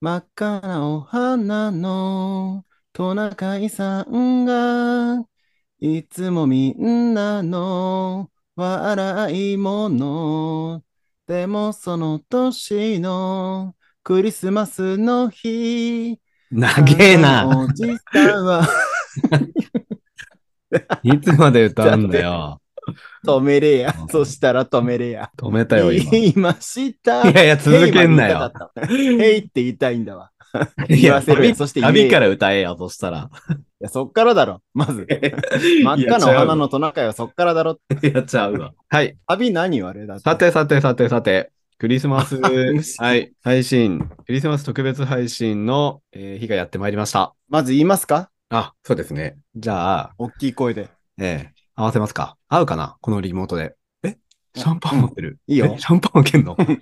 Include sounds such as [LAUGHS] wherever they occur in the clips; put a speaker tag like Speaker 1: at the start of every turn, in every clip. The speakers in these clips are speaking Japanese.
Speaker 1: 真っ赤なお花のトナカイさんが、いつもみんなの笑い者。でもその年のクリスマスの日、
Speaker 2: 長
Speaker 1: あ
Speaker 2: え
Speaker 1: の
Speaker 2: な。
Speaker 1: おじさんは
Speaker 2: いつまで歌うんだよ。
Speaker 1: 止めれや。そしたら止めれや。
Speaker 2: 止めたよ、今。い
Speaker 1: 言いました。
Speaker 2: やいや、続けんなよ。
Speaker 1: へいって言いたいんだわ。
Speaker 2: い
Speaker 1: 言わ
Speaker 2: や、
Speaker 1: せるや。
Speaker 2: 旅
Speaker 1: そして言え
Speaker 2: 旅
Speaker 1: や
Speaker 2: か
Speaker 1: い
Speaker 2: ら歌えよ、そしたら。
Speaker 1: やそっからだろ。ま
Speaker 2: [LAUGHS]
Speaker 1: ず。真っ赤なお花のトナカイはそっからだろ。
Speaker 2: やっちゃうわ。はい。
Speaker 1: 旅何あれだって
Speaker 2: さてさてさてさて、クリスマ [LAUGHS] ス、はい、配信、クリスマス特別配信の、えー日がやってまいりました。
Speaker 1: まず言いますか
Speaker 2: あ、そうですね。じゃあ、
Speaker 1: 大きい声で。
Speaker 2: [LAUGHS] えー合わせますか。合うかなこのリモートで。えシャンパン持ってる。
Speaker 1: いいよ
Speaker 2: [LAUGHS] えシャンパン受けんの
Speaker 1: うんい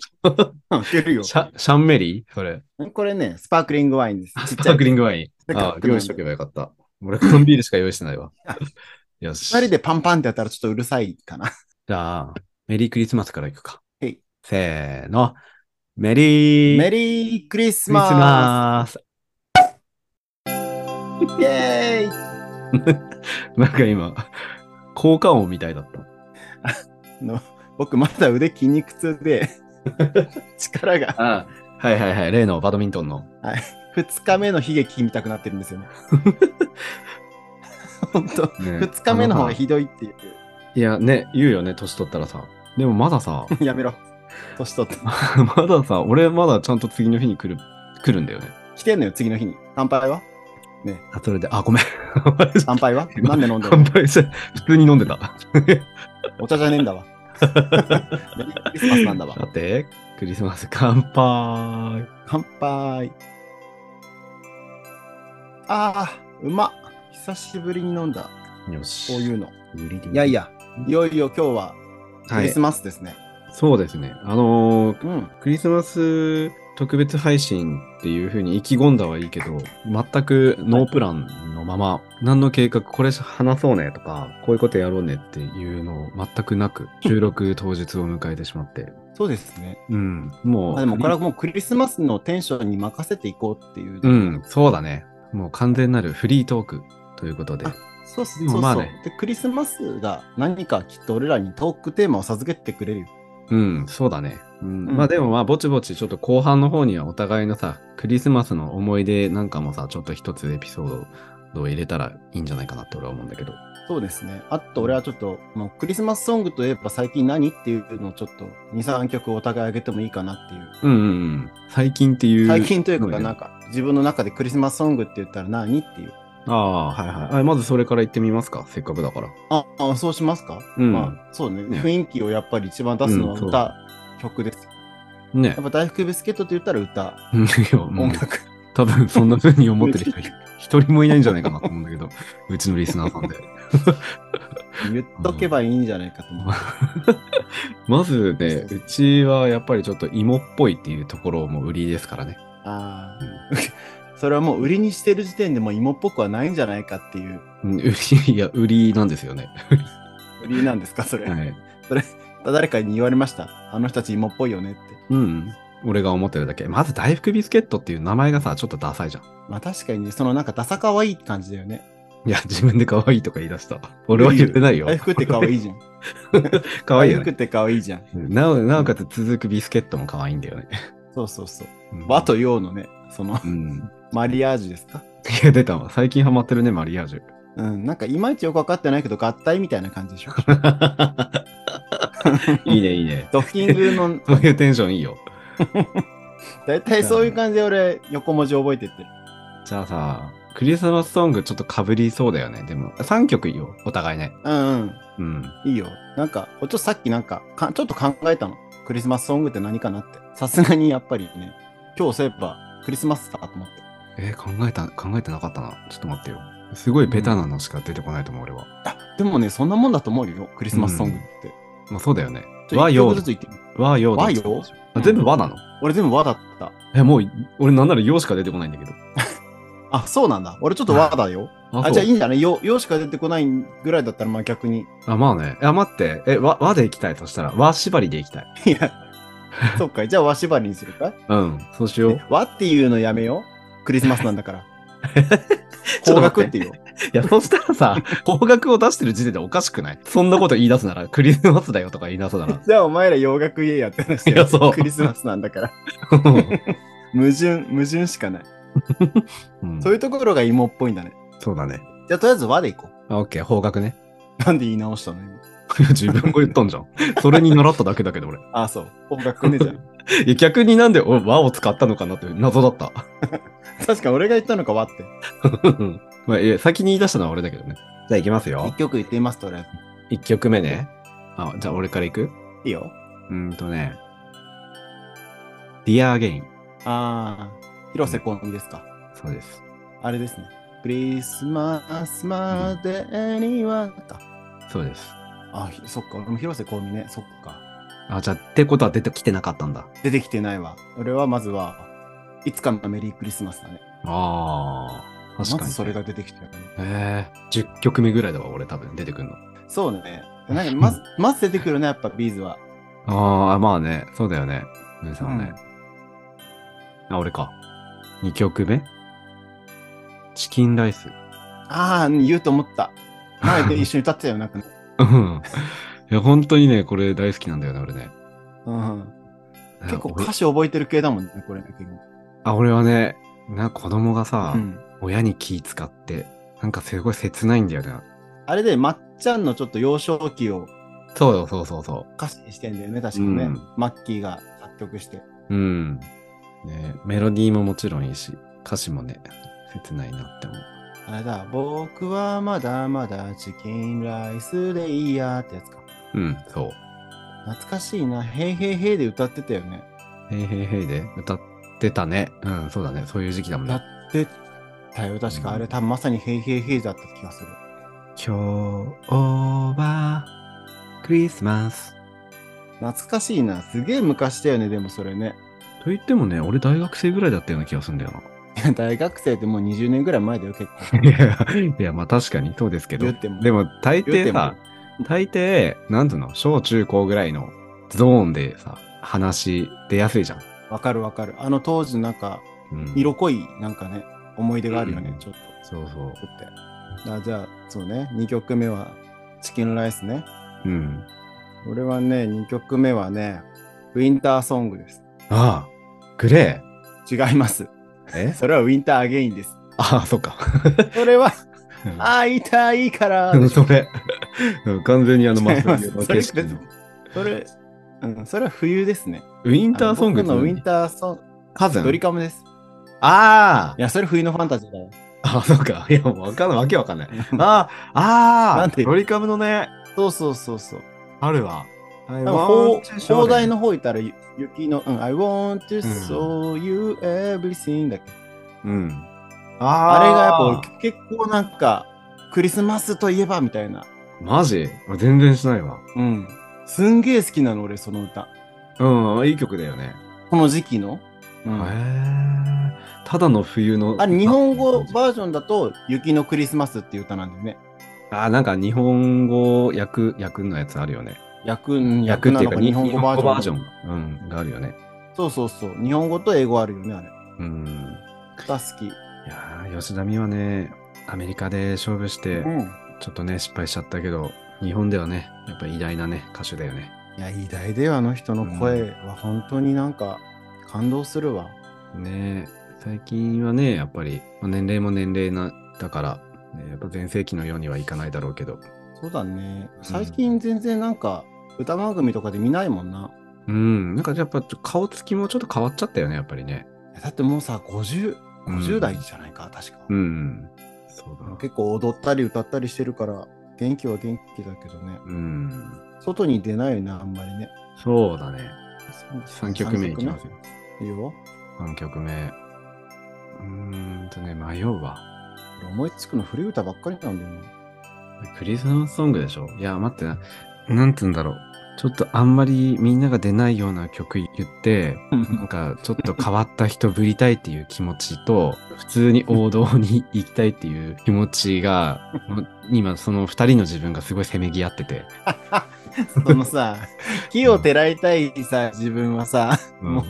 Speaker 1: けるよ。
Speaker 2: シャシャンメリーそれ。
Speaker 1: これね、スパークリングワインです。ち
Speaker 2: ス
Speaker 1: っちゃ
Speaker 2: パー
Speaker 1: い。
Speaker 2: クリングワイン。
Speaker 1: なんか
Speaker 2: あ、用意しとけばよかった。俺、缶ビールしか用意してないわ。よし。
Speaker 1: 二人でパンパンってやったらちょっとうるさいかな。
Speaker 2: じゃあ、メリークリスマスからいくか。
Speaker 1: はい
Speaker 2: せーの。メリー
Speaker 1: メリークリス
Speaker 2: クリス
Speaker 1: マ
Speaker 2: マス。
Speaker 1: スイェーイ
Speaker 2: なんか今、効果音みたいだった。
Speaker 1: 僕まだ腕筋肉痛
Speaker 2: [LAUGHS]
Speaker 1: で、力が
Speaker 2: あはいはいはい、例のバドミントンの。
Speaker 1: 2日目の悲劇見たくなってるん
Speaker 2: [LAUGHS]
Speaker 1: ですよね。本当
Speaker 2: ね
Speaker 1: 2日目の方が
Speaker 2: あさ
Speaker 1: ひどいっていう。
Speaker 2: いや、ね、言うよね、年取ったらさ。でもまだ [LAUGHS] さ、
Speaker 1: やめろ。年取った。
Speaker 2: まださ、俺まだちゃんと次の日に来る、来るんだよね。
Speaker 1: 来てんのよ、次の日に。乾杯は
Speaker 2: あ、それ [LAUGHS] で、あ、ごめん。
Speaker 1: 乾杯は
Speaker 2: 今
Speaker 1: なんで飲んでる
Speaker 2: 乾杯して、普通に飲んでた。
Speaker 1: お茶じゃねえん
Speaker 2: [LAUGHS]
Speaker 1: だわ。メリークリスマスなんだわ。
Speaker 2: さて、クリスマス乾杯。
Speaker 1: 乾杯。ああ、うまっ。久しぶりに飲んだ、
Speaker 2: よし。
Speaker 1: こういうの。い
Speaker 2: い
Speaker 1: やい
Speaker 2: や、
Speaker 1: や、いよいよ今日はク
Speaker 2: は
Speaker 1: リ
Speaker 2: い
Speaker 1: ス。マスですね。
Speaker 2: そうですね。あのー
Speaker 1: うん。
Speaker 2: クリスマス特別配信っていう風に意気込んだはいいけど、全くノープランのまま、何の計画、これ話そうねとか、こういうことやろうねっていうのを全くなく、収録当日を迎えてしまって。
Speaker 1: そうですね。
Speaker 2: うん。もう。
Speaker 1: まあ、でもこれはもうクリスマスのテンションに任せていこうっていう。
Speaker 2: うん、そうだね。もう完全なるフリートークということで
Speaker 1: あ。そうそう
Speaker 2: で
Speaker 1: そ
Speaker 2: も
Speaker 1: う
Speaker 2: まあ
Speaker 1: そう、
Speaker 2: ね
Speaker 1: で、クリスマスが何かきっと俺らにトークテーマを授けてくれるよ。
Speaker 2: うん、そうだね。うん
Speaker 1: うん
Speaker 2: まあでもまあぼちぼちちょっと後半の方にはお互いのさ、クリスマスの思い出なんかもさ、ちょっと一つエピソードを入れたらいいんじゃないかなって俺は思うんだけど。
Speaker 1: そうですね。あと俺はちょっと、もうクリスマスソングといえば最近何っていうのをちょっと2、3曲お互いあげてもいいかなっていう。
Speaker 2: うんうんうん。最近っていう。
Speaker 1: 最近というか、
Speaker 2: ね
Speaker 1: なんか、自分の中でクリスマスソングって言ったら何っていう。
Speaker 2: ああ、はいはいあ。まずそれから行ってみますか。せっかくだから。
Speaker 1: あ、あそうしますか、
Speaker 2: うん
Speaker 1: まあ、そうね。
Speaker 2: ね
Speaker 1: 雰囲気をやっぱり一番出すのは
Speaker 2: うんそう
Speaker 1: 歌、曲です。
Speaker 2: ね
Speaker 1: や
Speaker 2: [LAUGHS]
Speaker 1: っ。ぱ大福ビスケットって言ったら歌、
Speaker 2: うんいやもう
Speaker 1: 音
Speaker 2: [LAUGHS]
Speaker 1: 楽。
Speaker 2: 多分そんな風に思ってる人一人もいないんじゃないかなと思うんだけど、 [LAUGHS] うちのリスナーさんで。
Speaker 1: 言っとけばいいんじゃないかと思う。
Speaker 2: まずね、うちはやっぱりちょっと芋っぽいっていうところも売りですからね。
Speaker 1: ああ。 [LAUGHS] それはもう売りにしてる時点でもう芋っぽくはないんじゃないかっていう
Speaker 2: うん売り、いや、売りなんですよね。
Speaker 1: 売りなんですかそれ、
Speaker 2: はい。
Speaker 1: 誰かに言われましたあの人たち芋っぽいよねって
Speaker 2: うん。俺が思ってるだけ。まず大福ビスケットっていう名前がさ、ちょっとダサいじゃん。
Speaker 1: まあ確かにねそのなんかダサかわいい感じだよね
Speaker 2: いや、自分で可愛いとか言い出した。俺は言ってないよ。
Speaker 1: 大福って可愛いじゃん
Speaker 2: 可愛いよ
Speaker 1: 大福
Speaker 2: ね。
Speaker 1: って可愛いじゃん
Speaker 2: なお、なおかつ続くビスケットも可愛いんだよね。
Speaker 1: そうそうそう
Speaker 2: うん
Speaker 1: 和。と洋のねその
Speaker 2: うん。
Speaker 1: マリアージュですか
Speaker 2: いや、出たわ。最近ハマってるね、マリアージュ。
Speaker 1: うん、なんかいまいちよく分かってないけど合体みたいな感じでしょ [LAUGHS]
Speaker 2: いいね、いいね。
Speaker 1: ドッキング
Speaker 2: [LAUGHS]
Speaker 1: の
Speaker 2: そういうテンションいいよ。
Speaker 1: 大体そういう感じで俺横文字覚えてってる
Speaker 2: じゃあさ、クリスマスソングちょっとかぶりそうだよね。でも、3曲いいよ、お互いね。
Speaker 1: うんうん
Speaker 2: うん。
Speaker 1: いいよなんかちょっとさっきなんかかちょっと考えたのクリスマスソングって何かなってさすがにやっぱりね今日そういえばクリスマスだと思って
Speaker 2: えー考えた、考えてなかったな。ちょっと待ってよ。すごいベタなのしか出てこないと思う、俺は。
Speaker 1: でもねそんなもんだと思うよクリスマスソングって、
Speaker 2: まあ、そうだよね。
Speaker 1: ちょ
Speaker 2: 和
Speaker 1: 一曲
Speaker 2: 洋
Speaker 1: ずつ。言ってみる
Speaker 2: 和洋だ
Speaker 1: 和洋
Speaker 2: あ全部和なの
Speaker 1: 俺全部和だった
Speaker 2: え、もう、俺なんなら洋しか出てこないんだけど。
Speaker 1: あそうなんだ俺ちょっと和だよ
Speaker 2: あ
Speaker 1: あじゃあいいんじゃないよ洋しか出てこないぐらいだったらまあ逆に
Speaker 2: [LAUGHS] あ、まあね。え、待って。え、和、和で行きたい。そしたら、和縛りで行きたい。
Speaker 1: いやそっか、じゃあ和縛りにするか
Speaker 2: うん、そう [LAUGHS] しよう
Speaker 1: ね。和っていうのやめよう。クリスマスなんだ
Speaker 2: [LAUGHS]
Speaker 1: から。
Speaker 2: ちょ
Speaker 1: 方
Speaker 2: っと待
Speaker 1: 角
Speaker 2: っ
Speaker 1: ってていう。
Speaker 2: いや、そしたら [LAUGHS] さ、方角を出してる時点でおかしくないそんなこと言い出すなら、クリスマスだよとか言い出すな [LAUGHS] ら。
Speaker 1: じゃあお前ら洋楽言えやって話だよ
Speaker 2: いやそう
Speaker 1: クリスマスなんだから。矛盾、矛盾しかない。
Speaker 2: うん
Speaker 1: そういうところが芋っぽいんだね。
Speaker 2: そうだね。
Speaker 1: じゃあとりあえず和でいこう。
Speaker 2: あ、オッケー、方角ね。 [LAUGHS]
Speaker 1: なんで言い直したの今。
Speaker 2: 自分が言ったんじゃん。それに習っただけだけど、俺。
Speaker 1: ああ、そう。方角ねじゃん。
Speaker 2: [LAUGHS] いや逆になんでお和を使ったのかなって謎だ [LAUGHS] った。
Speaker 1: 確か俺が言ったのか和って。
Speaker 2: まあ、いや先に言い出したのは俺だけどね。じゃあ行きますよ
Speaker 1: 一。曲言ってみますと、俺。
Speaker 2: 1曲目ね。あ、じゃあ俺から行く
Speaker 1: いいよ。
Speaker 2: うーんとね。Dear Again。
Speaker 1: ああ、広瀬香美ですか。
Speaker 2: そうです。
Speaker 1: あれですね。クリスマスまでにはか。
Speaker 2: そうです。
Speaker 1: あ、ひそっか。俺も広瀬香美ね。そっか。
Speaker 2: あ、じゃあってことは出てきてなかったんだ。
Speaker 1: 出てきてないわ。俺はまずは、いつかのメリークリスマスだね。
Speaker 2: ああ、確かに。
Speaker 1: まずそれが出てきてるね。
Speaker 2: ええ10曲目ぐらいだわ、俺多分出てくるの。
Speaker 1: そう
Speaker 2: [LAUGHS]
Speaker 1: ね。なんかまず、まず出てくるね、やっぱビーズは。
Speaker 2: ああ、まあね、そうだよね。姉さんはね。あ、俺か。2曲目チキンライス。
Speaker 1: ああ、言うと思った。前で一緒に歌ってたよ、なんかね。
Speaker 2: うん。 [LAUGHS] いや、本当にね、これ大好きなんだよね、俺ね。 [LAUGHS]
Speaker 1: うん。結構
Speaker 2: 俺
Speaker 1: 歌詞覚えてる系だもんね、これね。結構
Speaker 2: あ、俺はね、な、子供がさ、
Speaker 1: うん。
Speaker 2: 親に気使って、なんかすごい切ないんだよね。
Speaker 1: あれで、まっちゃんのちょっと幼少期を
Speaker 2: そうよそうそうそ
Speaker 1: 歌詞にしてんだよね、確かね。
Speaker 2: うん
Speaker 1: マッキーが作曲して。
Speaker 2: う。うん。ね、メロディーももちろんいいし、歌詞もね、切ないなって思う。
Speaker 1: あれだ、僕はまだまだチキンライスでいいやってやつか。
Speaker 2: うん、そう。
Speaker 1: 懐かしいな、へいへいへいで歌ってたよね。
Speaker 2: へいへいへいで歌ってたね。うん、そうだね。そういう時期だもん
Speaker 1: や
Speaker 2: ね。
Speaker 1: ってたよ、確か。
Speaker 2: うん
Speaker 1: あれ多分まさにへいへいへいだった気がする。
Speaker 2: 今日はクリスマス。
Speaker 1: 懐かしいな、すげえ昔だよね、でもそれね。 [LAUGHS]
Speaker 2: と言ってもね、俺大学生ぐらいだったような気がするんだよな。
Speaker 1: 大学生ってもう20年ぐらい前だよ、結構。
Speaker 2: [LAUGHS] いや、いやまあ確かにそうですけど。
Speaker 1: 言っても
Speaker 2: でも
Speaker 1: 言
Speaker 2: 大
Speaker 1: って
Speaker 2: 抵
Speaker 1: も
Speaker 2: さ、大抵、なんつうの、小中高ぐらいのゾーンでさ、話出やすいじゃん。
Speaker 1: わかるわかる。あの当時のなんか、
Speaker 2: うん、
Speaker 1: 色濃いなんかね、思い出があるよね、
Speaker 2: うん
Speaker 1: ちょっと。
Speaker 2: そうそ
Speaker 1: ちょっ
Speaker 2: う。
Speaker 1: とってあじゃあ、そうね、2曲目はチキンライスね。
Speaker 2: うん。
Speaker 1: 俺はね、2曲目はね、ウィンターソングです。
Speaker 2: ああ、グレ
Speaker 1: 違います。 [LAUGHS]
Speaker 2: ー。え
Speaker 1: それはウィンターアゲインです。
Speaker 2: ああ、そっか。
Speaker 1: それ
Speaker 2: [LAUGHS]
Speaker 1: は
Speaker 2: うん
Speaker 1: 会いたいから。
Speaker 2: うん [LAUGHS] それ。うん完全にあの、
Speaker 1: 違います
Speaker 2: 真っ白の
Speaker 1: それ
Speaker 2: 景色の
Speaker 1: それ、うん、それは冬ですね。
Speaker 2: ウィンターソング
Speaker 1: あの僕のウィン
Speaker 2: ー
Speaker 1: ターソング、
Speaker 2: カズン
Speaker 1: ドリカムです。
Speaker 2: あ
Speaker 1: いや、それ冬のファンタジーだよ。
Speaker 2: ああ、そうか。いや、もうわかんない。わけわかんない。ああ、ああ
Speaker 1: なんて
Speaker 2: ドリカムのね、
Speaker 1: そうそうそうそう。
Speaker 2: 春は。はい
Speaker 1: 多分砲砲台の。方いたらゆ雪の、うん、I want to show you everything だっけ、
Speaker 2: うん。あ
Speaker 1: あ
Speaker 2: あ
Speaker 1: れがやっぱ俺結構なんかクリスマスといえばみたいな、
Speaker 2: マジ俺全然しないわ。
Speaker 1: うん、すんげえ好きなの俺その歌
Speaker 2: うん、いい曲だよね。
Speaker 1: この時期の、う
Speaker 2: へ
Speaker 1: ん
Speaker 2: え。ただの冬の。
Speaker 1: あれ日本語バージョンだと「雪のクリスマス」っていう歌なんだよね
Speaker 2: ああ、なんか日本語訳、訳のやつあるよね。
Speaker 1: 訳うん訳
Speaker 2: 訳っ
Speaker 1: な
Speaker 2: てい
Speaker 1: の
Speaker 2: う
Speaker 1: か
Speaker 2: か、
Speaker 1: 日本語バージョン
Speaker 2: 日本語バージョン。うん、があるよね。
Speaker 1: そうそうそう日本語と英語あるよねあれ
Speaker 2: うん。
Speaker 1: 歌好き、
Speaker 2: いやー吉田美和ね、アメリカで勝負して、
Speaker 1: うん、
Speaker 2: ちょっとね、失敗しちゃったけど、日本ではね、やっぱ偉大なね、歌手だよね。
Speaker 1: いや偉大だよあの人の声は本当になんか感動するわ、
Speaker 2: ねえ最近はね、やっぱり、まあ年齢も年齢な、だから、ねやっぱ全盛期のようにはいかないだろうけど、
Speaker 1: そうだね。最近全然なんか歌番組とかで見ないもんな。
Speaker 2: うん、なんかやっぱちょ顔つきもちょっと変わっちゃったよね、やっぱりね。
Speaker 1: だってもうさ、50、
Speaker 2: うん
Speaker 1: 50代じゃないか、確か。
Speaker 2: うん。そうだ。
Speaker 1: 結構踊ったり歌ったりしてるから、元気は元気だけどね。
Speaker 2: うん。
Speaker 1: 外に出ないよね、あんまりね。
Speaker 2: そうだね。3曲目いきますよ。
Speaker 1: いいよ。
Speaker 2: 3曲目。うーんとね、迷うわ。
Speaker 1: 思いつくの古い歌ばっかりなんだよな。
Speaker 2: クリスマスソングでしょいや、待ってな。なんつうんだろう。ちょっとあんまりみんなが出ないような曲言って、 [LAUGHS] なんかちょっと変わった人ぶりたいっていう気持ちと、普通に王道に行きたいって [LAUGHS] いう気持ちが、もう今その二人の自分がすごいせめぎ合ってて、
Speaker 1: そのさ、木をてらいたいさ、自分はさ、
Speaker 2: うん
Speaker 1: もう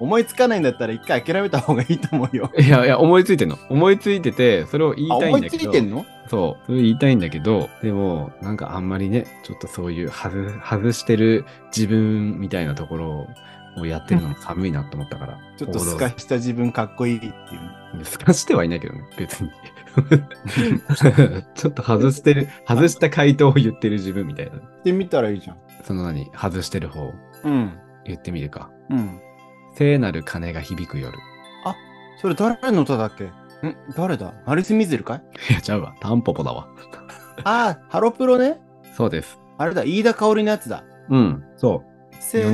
Speaker 1: 思いつかないんだったら一回諦めた方がいいと思うよ。
Speaker 2: いやいや、思いついてんの。思いついてて、それを言い
Speaker 1: あ、
Speaker 2: たい
Speaker 1: 思
Speaker 2: ん
Speaker 1: い
Speaker 2: だ
Speaker 1: つ
Speaker 2: けど。
Speaker 1: いてんの
Speaker 2: そう。それ言いたいんだけど、でも、なんかあんまりね、ちょっとそういう外、外してる自分みたいなところをやってるのも寒いなと思ったから。
Speaker 1: ちょっとスカした自分かっこいいっていうね。
Speaker 2: すかしてはいないけどね、別に。 [LAUGHS] ちょっと外してる、外した回答を言ってる自分みたいな。
Speaker 1: 言ってみたらいいじゃん。
Speaker 2: その何、外してる方、
Speaker 1: うん。
Speaker 2: 言ってみるか。
Speaker 1: うん。
Speaker 2: 聖なる鐘が響く夜。
Speaker 1: それ誰の歌だっけん誰だマリス・ミズルかい
Speaker 2: いや、ちゃうわ。タンポポだわ。
Speaker 1: [LAUGHS] あー、ハロプロね。
Speaker 2: そうです。
Speaker 1: あれだ、飯田香織のやつだ。
Speaker 2: うん、そう。
Speaker 1: 聖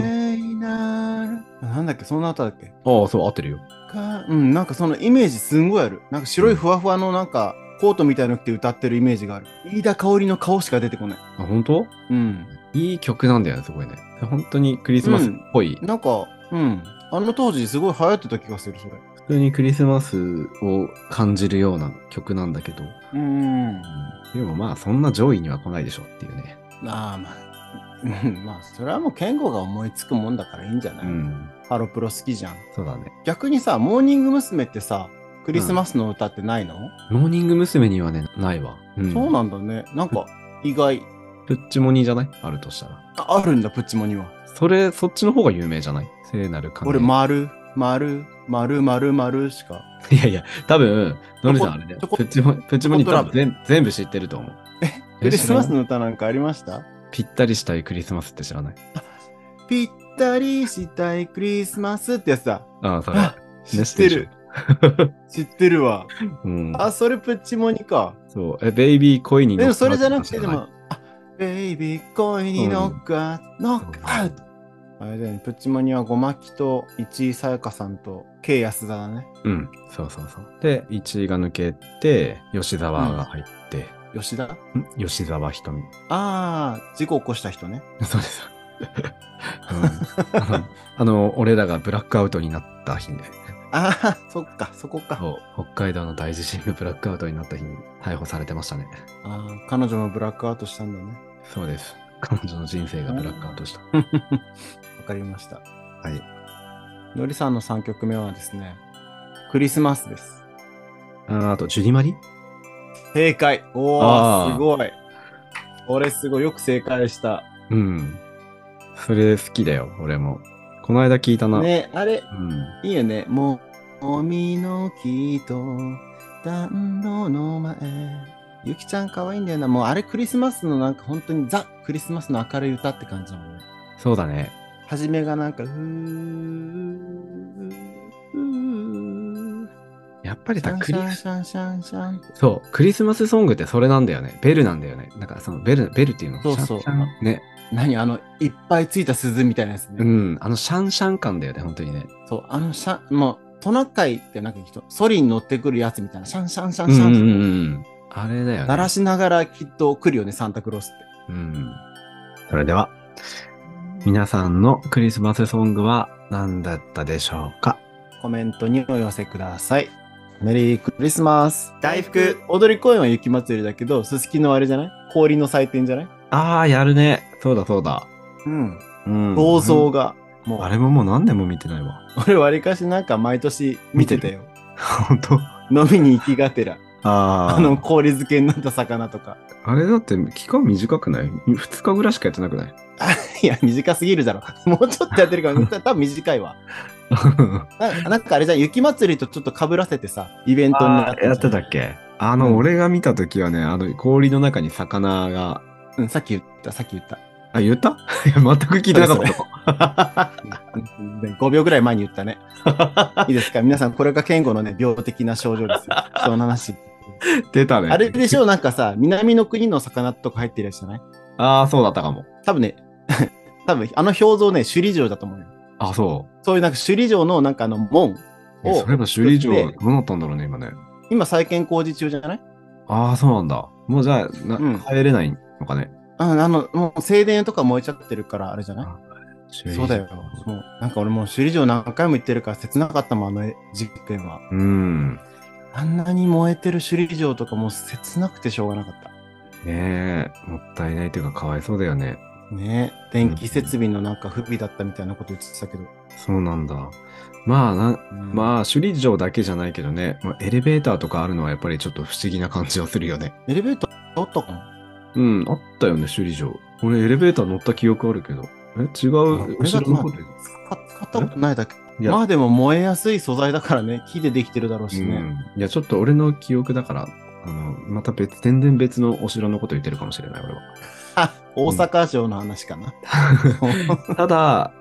Speaker 1: なる。なんだっけそんな歌だっけ
Speaker 2: ああ、そう、合ってるよ。
Speaker 1: かうん、なんかそのイメージすんごいある。なんか白いふわふわのなんかコートみたいなの着て歌ってるイメージがある。飯田香織の顔しか出てこない。
Speaker 2: あ、本当
Speaker 1: うん。
Speaker 2: いい曲なんだよね、すごいね。本当にクリスマスっぽい。
Speaker 1: なんか、うん。あの当時すごい流行ってた気がする、それ。
Speaker 2: 普通にクリスマスを感じるような曲なんだけど。
Speaker 1: うん。
Speaker 2: でもまあ、そんな上位には来ないでしょっていうね。
Speaker 1: ああ、まあ。うんまあ、それはもう健吾が思いつくもんだからいいんじゃない、
Speaker 2: うん。
Speaker 1: ハロプロ好きじゃん。
Speaker 2: そうだね。
Speaker 1: 逆にさ、モーニング娘。ってさ、クリスマスの歌ってないの、
Speaker 2: モーニング娘。にはね、ないわ。
Speaker 1: そうなんんだね。なんか、意外。
Speaker 2: プッチモニじゃないあるとしたら。
Speaker 1: ああるんだ、プッチモには。
Speaker 2: それ、そっちの方が有名じゃない聖なる鐘。
Speaker 1: 俺、丸、丸、丸、丸、丸しか。
Speaker 2: いやいや、多分、ノリさんあれだよ。
Speaker 1: ち
Speaker 2: プ
Speaker 1: ょこ
Speaker 2: ッチモニ、プッチモニ
Speaker 1: ちょこっ
Speaker 2: 多
Speaker 1: とラブ
Speaker 2: 分全全部知ってると思う。え
Speaker 1: クリスマス
Speaker 2: 知らない
Speaker 1: の歌なんかありました
Speaker 2: ぴったりしたいクリスマスって知らない
Speaker 1: ぴったりしたいクリスマスってやつだ。
Speaker 2: ああ、それ
Speaker 1: あ。知ってる。知ってるわ。
Speaker 2: うん。
Speaker 1: あ、それプッチモニか。
Speaker 2: そう。え、ベイビー恋に
Speaker 1: で
Speaker 2: 乗
Speaker 1: も
Speaker 2: っか
Speaker 1: そ
Speaker 2: る
Speaker 1: れ
Speaker 2: と
Speaker 1: じゃな
Speaker 2: か
Speaker 1: く
Speaker 2: 知
Speaker 1: て
Speaker 2: ら
Speaker 1: で
Speaker 2: ない
Speaker 1: も、あ、ベイビー恋にノックアウト、ノックアウト。あれだよね、プッチモニはごまきと一井さやかさんと K 安田だね。
Speaker 2: うん。そうそうそう。で、1位が抜けて、吉沢が入って、
Speaker 1: 吉田
Speaker 2: ん吉沢ひとみ。
Speaker 1: ああ、事故起こした人ね。
Speaker 2: [LAUGHS] そうです。うんあのあの、俺らがブラックアウトになった日ね。
Speaker 1: ああ、 [LAUGHS] そっか、そこか。
Speaker 2: そう北海道の大地震がブラックアウトになった日に逮捕されてましたね。
Speaker 1: ああ、彼女もブラックアウトしたんだね。 [LAUGHS]
Speaker 2: そうです。彼女の人生がブラックアウトした。
Speaker 1: わかりました。
Speaker 2: はい。
Speaker 1: のりさんの3曲目はですね、クリスマスです。
Speaker 2: ああと、ジュディマリ
Speaker 1: 正解お
Speaker 2: あ
Speaker 1: ー、
Speaker 2: ー
Speaker 1: すごい俺すごい、よく正解した。
Speaker 2: うん。それ好きだよ、俺も。この間聞いたな。
Speaker 1: ねあれ、
Speaker 2: うん。
Speaker 1: いいよね。もう、もみの木と暖炉の前。ゆきちゃん可愛いんだよな。もうあれクリスマスのなんか本当にザ・クリスマスの明るい歌って感じだもんね。
Speaker 2: そうだね。
Speaker 1: 初めがなんか、うーうーうー
Speaker 2: やっぱり
Speaker 1: シ
Speaker 2: さ、
Speaker 1: ャン
Speaker 2: ク
Speaker 1: シ
Speaker 2: リ
Speaker 1: ャン
Speaker 2: ス
Speaker 1: シャンシャンシャン。
Speaker 2: そう、クリスマスソングってそれなんだよね。ベルなんだよね。なんかそのベル、ベルっていうの
Speaker 1: そうそう
Speaker 2: シャンシャンね。
Speaker 1: 何あの、いっぱいついた鈴みたいなやつね。
Speaker 2: うん。あのシャンシャン感だよね、本当にね。
Speaker 1: そう、あのシャン、もう、トナカイってなんか人、ソリに乗ってくるやつみたいな、シャンシャンシャン
Speaker 2: うん
Speaker 1: シ
Speaker 2: う
Speaker 1: ャン
Speaker 2: ん
Speaker 1: って、
Speaker 2: うんうん。あれだよね。
Speaker 1: 鳴らしながらきっと来るよね、サンタクロースって。
Speaker 2: うん。それでは、皆さんのクリスマスソングは何だったでしょうか
Speaker 1: コメントにお寄せください。メリークリスマス。大福。踊り公園は雪祭りだけど、すすきのあれじゃない氷の祭典じゃない
Speaker 2: ああ、やるね。そうだそうだ。
Speaker 1: うん。
Speaker 2: うん。
Speaker 1: 銅像が。もう、
Speaker 2: あ
Speaker 1: あ
Speaker 2: れ
Speaker 1: れ
Speaker 2: ももう何年も見てないわ。
Speaker 1: 俺わりかしなんか毎年見てたよ。
Speaker 2: 本当
Speaker 1: 飲みに行きがてら。
Speaker 2: あ
Speaker 1: あの、氷漬けになった魚とか。 [LAUGHS]
Speaker 2: あれだって期間短くない ?2 日ぐらいしかやってなくない
Speaker 1: いや、短すぎるだろ。 [LAUGHS] もうちょっとやってるから、 [LAUGHS] た多分短いわ。ななんかあれじゃん、雪祭りとちょっと被らせてさ、イベントにな
Speaker 2: あ
Speaker 1: っ
Speaker 2: ーやってた
Speaker 1: っ
Speaker 2: っけあ
Speaker 1: う
Speaker 2: の、
Speaker 1: ん
Speaker 2: 俺が見たときはね、あの、氷の中に魚が、
Speaker 1: けうん、さっき言った、さっき言った。
Speaker 2: あ、言った [LAUGHS] いや全く聞いてなかったと。
Speaker 1: 5秒ぐらい前に言
Speaker 2: [LAUGHS]
Speaker 1: ったね。いいですか皆さん、これが健吾のね、病的な症状です
Speaker 2: [LAUGHS]
Speaker 1: よ。その話。
Speaker 2: 出たね。
Speaker 1: あれでしょなんかさ、南の国の魚とか入ってるやつじゃない
Speaker 2: ああ、そうだったかも。
Speaker 1: 多分ね、 [LAUGHS] 多分あの表像ね、首里城だと思うよ。
Speaker 2: あ、そ
Speaker 1: そういうなんか首里城のなんかあの門
Speaker 2: う。え
Speaker 1: を
Speaker 2: それが首里城
Speaker 1: 作って
Speaker 2: どうなったんだろうね、今ね。
Speaker 1: 今再建工事中じゃない
Speaker 2: ああ、そうなんだ。もうじゃあ、な
Speaker 1: うん
Speaker 2: 帰れないのかね。
Speaker 1: ああの、もう静電とか燃えちゃってるから、あれじゃない
Speaker 2: 首里
Speaker 1: そ
Speaker 2: 城
Speaker 1: うだよ。そう。なんか俺もう首里城何回も行ってるから切なかったもん、あの事件は。
Speaker 2: うん。ね
Speaker 1: あんなに燃えてる首里城とかもう切なくてしょうがなかった。
Speaker 2: え、もったいないというか、かわいそうだよね。
Speaker 1: ね電気設備のなんか不備だったみたいなこと言ってたけど。
Speaker 2: そうなんだ。まあな、
Speaker 1: うん
Speaker 2: まあ、首里城だけじゃないけどね、まあ、エレベーターとかあるのはやっぱりちょっと不思議な感じはするよね。
Speaker 1: エレベーターあったかな
Speaker 2: うん、あったよね、首里城。俺、エレベーター乗った記憶あるけど。え、違う、
Speaker 1: あ
Speaker 2: 後ろの方で。
Speaker 1: 使使ったことないだけ。
Speaker 2: いや
Speaker 1: まあでも燃えやすい素材だからね、木でできてるだろうし
Speaker 2: う
Speaker 1: ね。
Speaker 2: ん。いや、ちょっと俺の記憶だから、あの、また別、全然別のお城のこと言ってるかもしれない、俺は。 [LAUGHS]
Speaker 1: あ [LAUGHS] 大阪城の話かな。
Speaker 2: ただ、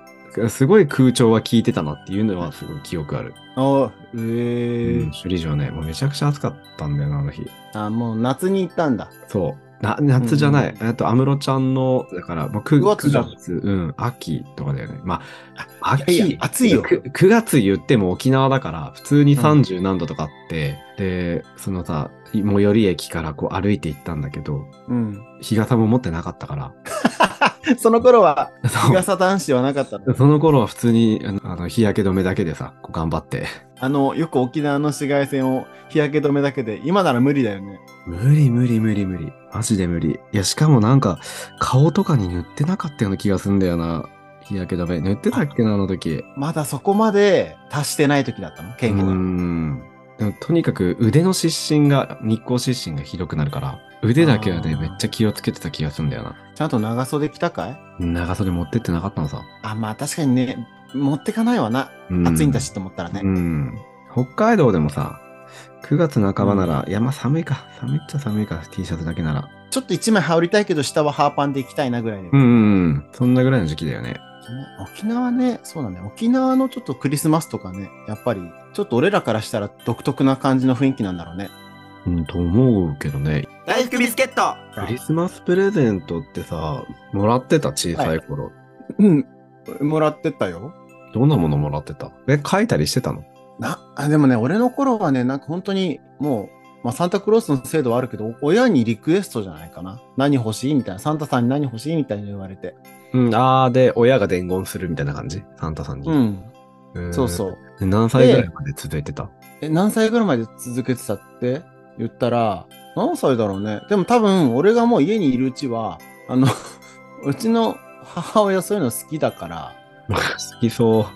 Speaker 2: すごい空調は効いてたなっていうのはすごい記憶ある。
Speaker 1: [LAUGHS] おえ
Speaker 2: うん
Speaker 1: ー、
Speaker 2: 首里城ね、もうめちゃくちゃ暑かったんだよな、あの日。
Speaker 1: あ、もう夏に行ったんだ。
Speaker 2: そう。な夏じゃない。えっと、安室ちゃんの、だから、まあ、
Speaker 1: 九
Speaker 2: 9,
Speaker 1: 月じゃん
Speaker 2: 月、うん、秋とかだよね。まあ、
Speaker 1: いやい
Speaker 2: 秋
Speaker 1: や、暑いよ
Speaker 2: く 9, 月言っても沖縄だから、普通に30何度とかあって、で、そのさ、最寄り駅からこう歩いて行ったんだけど、
Speaker 1: うん。 [LAUGHS]
Speaker 2: 日傘も持ってなかったから、
Speaker 1: その頃は
Speaker 2: そ
Speaker 1: 日傘男子はなかったの。
Speaker 2: [LAUGHS] うその頃は普通にあのあの日焼け止めだけでさ、こう頑張って。
Speaker 1: あの、よく沖縄の紫外線を日焼け止めだけで、今なら無理だよね。
Speaker 2: 無理無理無理無理。マジで無理。いや、しかもなんか、顔とかに塗ってなかったような気がすんだよな。日焼け止め。塗ってたっけな、あの時。
Speaker 1: まだそこまで達してない時だったの
Speaker 2: う
Speaker 1: 権限が。
Speaker 2: ん。でもとにかく腕の湿疹が、日光湿疹がひどくなるから、腕だけはね、
Speaker 1: あー
Speaker 2: めっちゃ気をつけてた気がすんだよな。
Speaker 1: ちゃんと長袖着たかい
Speaker 2: 長袖持ってってなかったのさ。
Speaker 1: あ、まあ確かにね、持ってかないわな。
Speaker 2: う
Speaker 1: 暑いんだしと思ったらね。
Speaker 2: うん。北海道でもさ、9月半ばなら、いや、まあ寒いか。寒いっちゃ寒いか。T シャツだけなら。
Speaker 1: ちょっと一枚羽織りたいけど、下はハーパンで行きたいなぐらいで。
Speaker 2: うんうんうん。そんなぐらいの時期だよね。
Speaker 1: 沖縄ね、そうだね。沖縄のちょっとクリスマスとかね、やっぱり、ちょっと俺らからしたら独特な感じの雰囲気なんだろうね。
Speaker 2: うん、と思うけどね。
Speaker 1: 大福ビスケット
Speaker 2: クリスマスプレゼントってさ、もらってた小さい頃。
Speaker 1: うん。もらってたよ。
Speaker 2: どんなものもらってたえ、書いたりしてたの
Speaker 1: な、あでもね、俺の頃はね、なんか本当にもう、まあ、サンタクロースの制度はあるけど、親にリクエストじゃないかな。何欲しいみたいな。サンタさんに何欲しいみたいに言われて。
Speaker 2: うん、あーで、親が伝言するみたいな感じサンタさんに。
Speaker 1: う
Speaker 2: へ
Speaker 1: ん。
Speaker 2: ー
Speaker 1: そうそう。。
Speaker 2: で何歳ぐらいまで続いてた [LAUGHS]
Speaker 1: え、何歳ぐらいまで続けてたって言ったら、何歳だろうね。でも多分、俺がもう家にいるうちは、あの、 [LAUGHS] うちの母親そういうの好きだから、
Speaker 2: まあ好きそ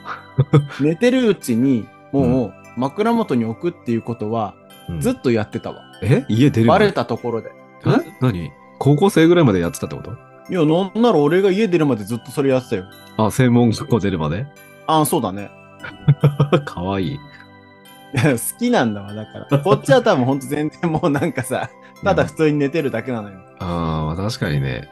Speaker 2: う。
Speaker 1: 寝てるうちに、もう枕元に置くっていうことは、
Speaker 2: うん
Speaker 1: ずっとやってたわ。
Speaker 2: え家出るの
Speaker 1: バレたところで。
Speaker 2: え何高校生ぐらいまでやってたってこと
Speaker 1: いや、なんなら俺が家出るまでずっとそれやってたよ。
Speaker 2: あ、専門学校出る
Speaker 1: [LAUGHS]
Speaker 2: まで
Speaker 1: ああ、そうだね。
Speaker 2: かわいい。
Speaker 1: いや好きなんだわ、だ [LAUGHS] から。こっちは多分ほんと全然もうなんかさ、ただ普通に寝てるだけなのよ。
Speaker 2: あーまあ、確かにね。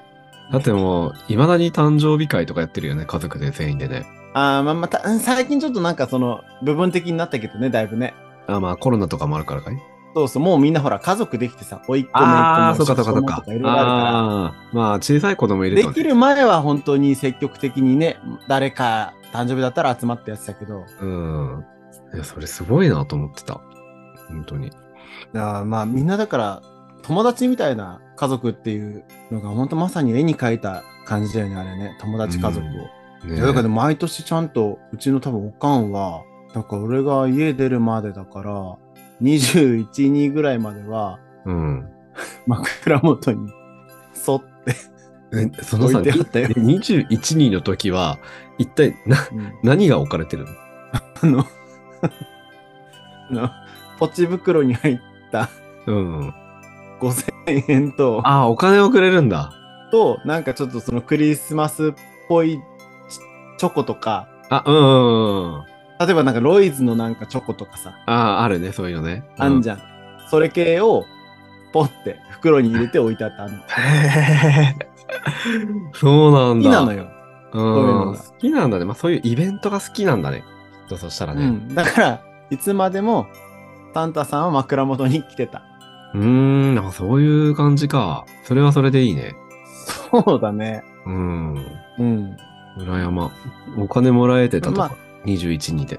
Speaker 2: だってもう、いまだに誕生日会とかやってるよね、家族で全員でね。
Speaker 1: ああ、まあまた、うん最近ちょっとなんかその、部分的になったけどね、だいぶね。
Speaker 2: あーまあ、コロナとかもあるからかい
Speaker 1: そうそう、もうみんなほら、家族できてさ、おいっ子
Speaker 2: あ
Speaker 1: め
Speaker 2: あ
Speaker 1: っ
Speaker 2: ー、そ
Speaker 1: 子
Speaker 2: うかそうかそう
Speaker 1: 子供
Speaker 2: か
Speaker 1: とかい。ろいろあ
Speaker 2: ああー、まあ小さい子供い
Speaker 1: る
Speaker 2: る
Speaker 1: か
Speaker 2: と
Speaker 1: ら。で
Speaker 2: ね
Speaker 1: きる前は本当に積極的にね、誰か誕生日だったら集まってやってたけど、
Speaker 2: うん。いや、それすごいなと思ってた。本当に。
Speaker 1: あーまあみんなだから、友達みたいな家族っていうのが本当まさに絵に描いた感じだよね、あれね。友達家族を。
Speaker 2: う
Speaker 1: い
Speaker 2: んね
Speaker 1: やだからね毎年ちゃんとうちの多分おかんはなんか俺が家出るまでだから21、2ぐらいまでは
Speaker 2: うん。
Speaker 1: 枕元に沿
Speaker 2: [LAUGHS]
Speaker 1: って、
Speaker 2: え、そのさ、
Speaker 1: 置いてあったよ
Speaker 2: え21人の時は、一体な、何が置かれてるの
Speaker 1: あのあのポチ袋に入った
Speaker 2: うん。
Speaker 1: 1000円と
Speaker 2: ああ、お金をくれるんだ。
Speaker 1: となんかちょっとそのクリスマスっぽいチチョコとか
Speaker 2: あ、うんうんうんうん。
Speaker 1: 例えばなんかロイズのなんかチョコとかさ
Speaker 2: ああ、あるね、そういうのね。
Speaker 1: あんじゃん、それ系をポンって袋に入れて置いてあったあの好
Speaker 2: ゃん。へえ。 [LAUGHS] そうなんだ。
Speaker 1: きなのよういう
Speaker 2: う
Speaker 1: の
Speaker 2: ん。
Speaker 1: が
Speaker 2: 好きなんだね。まあそういうイベントが好きなんだね。きっとそしたら
Speaker 1: う
Speaker 2: ね。
Speaker 1: ん、だからいつまでもサンタさんは枕元に来てた
Speaker 2: うーん、なんかそういう感じか。それはそれでいいね。
Speaker 1: そうだね
Speaker 2: うん。
Speaker 1: うん
Speaker 2: 羨ま。お金もらえてたとか、
Speaker 1: まあ
Speaker 2: 21人で。ん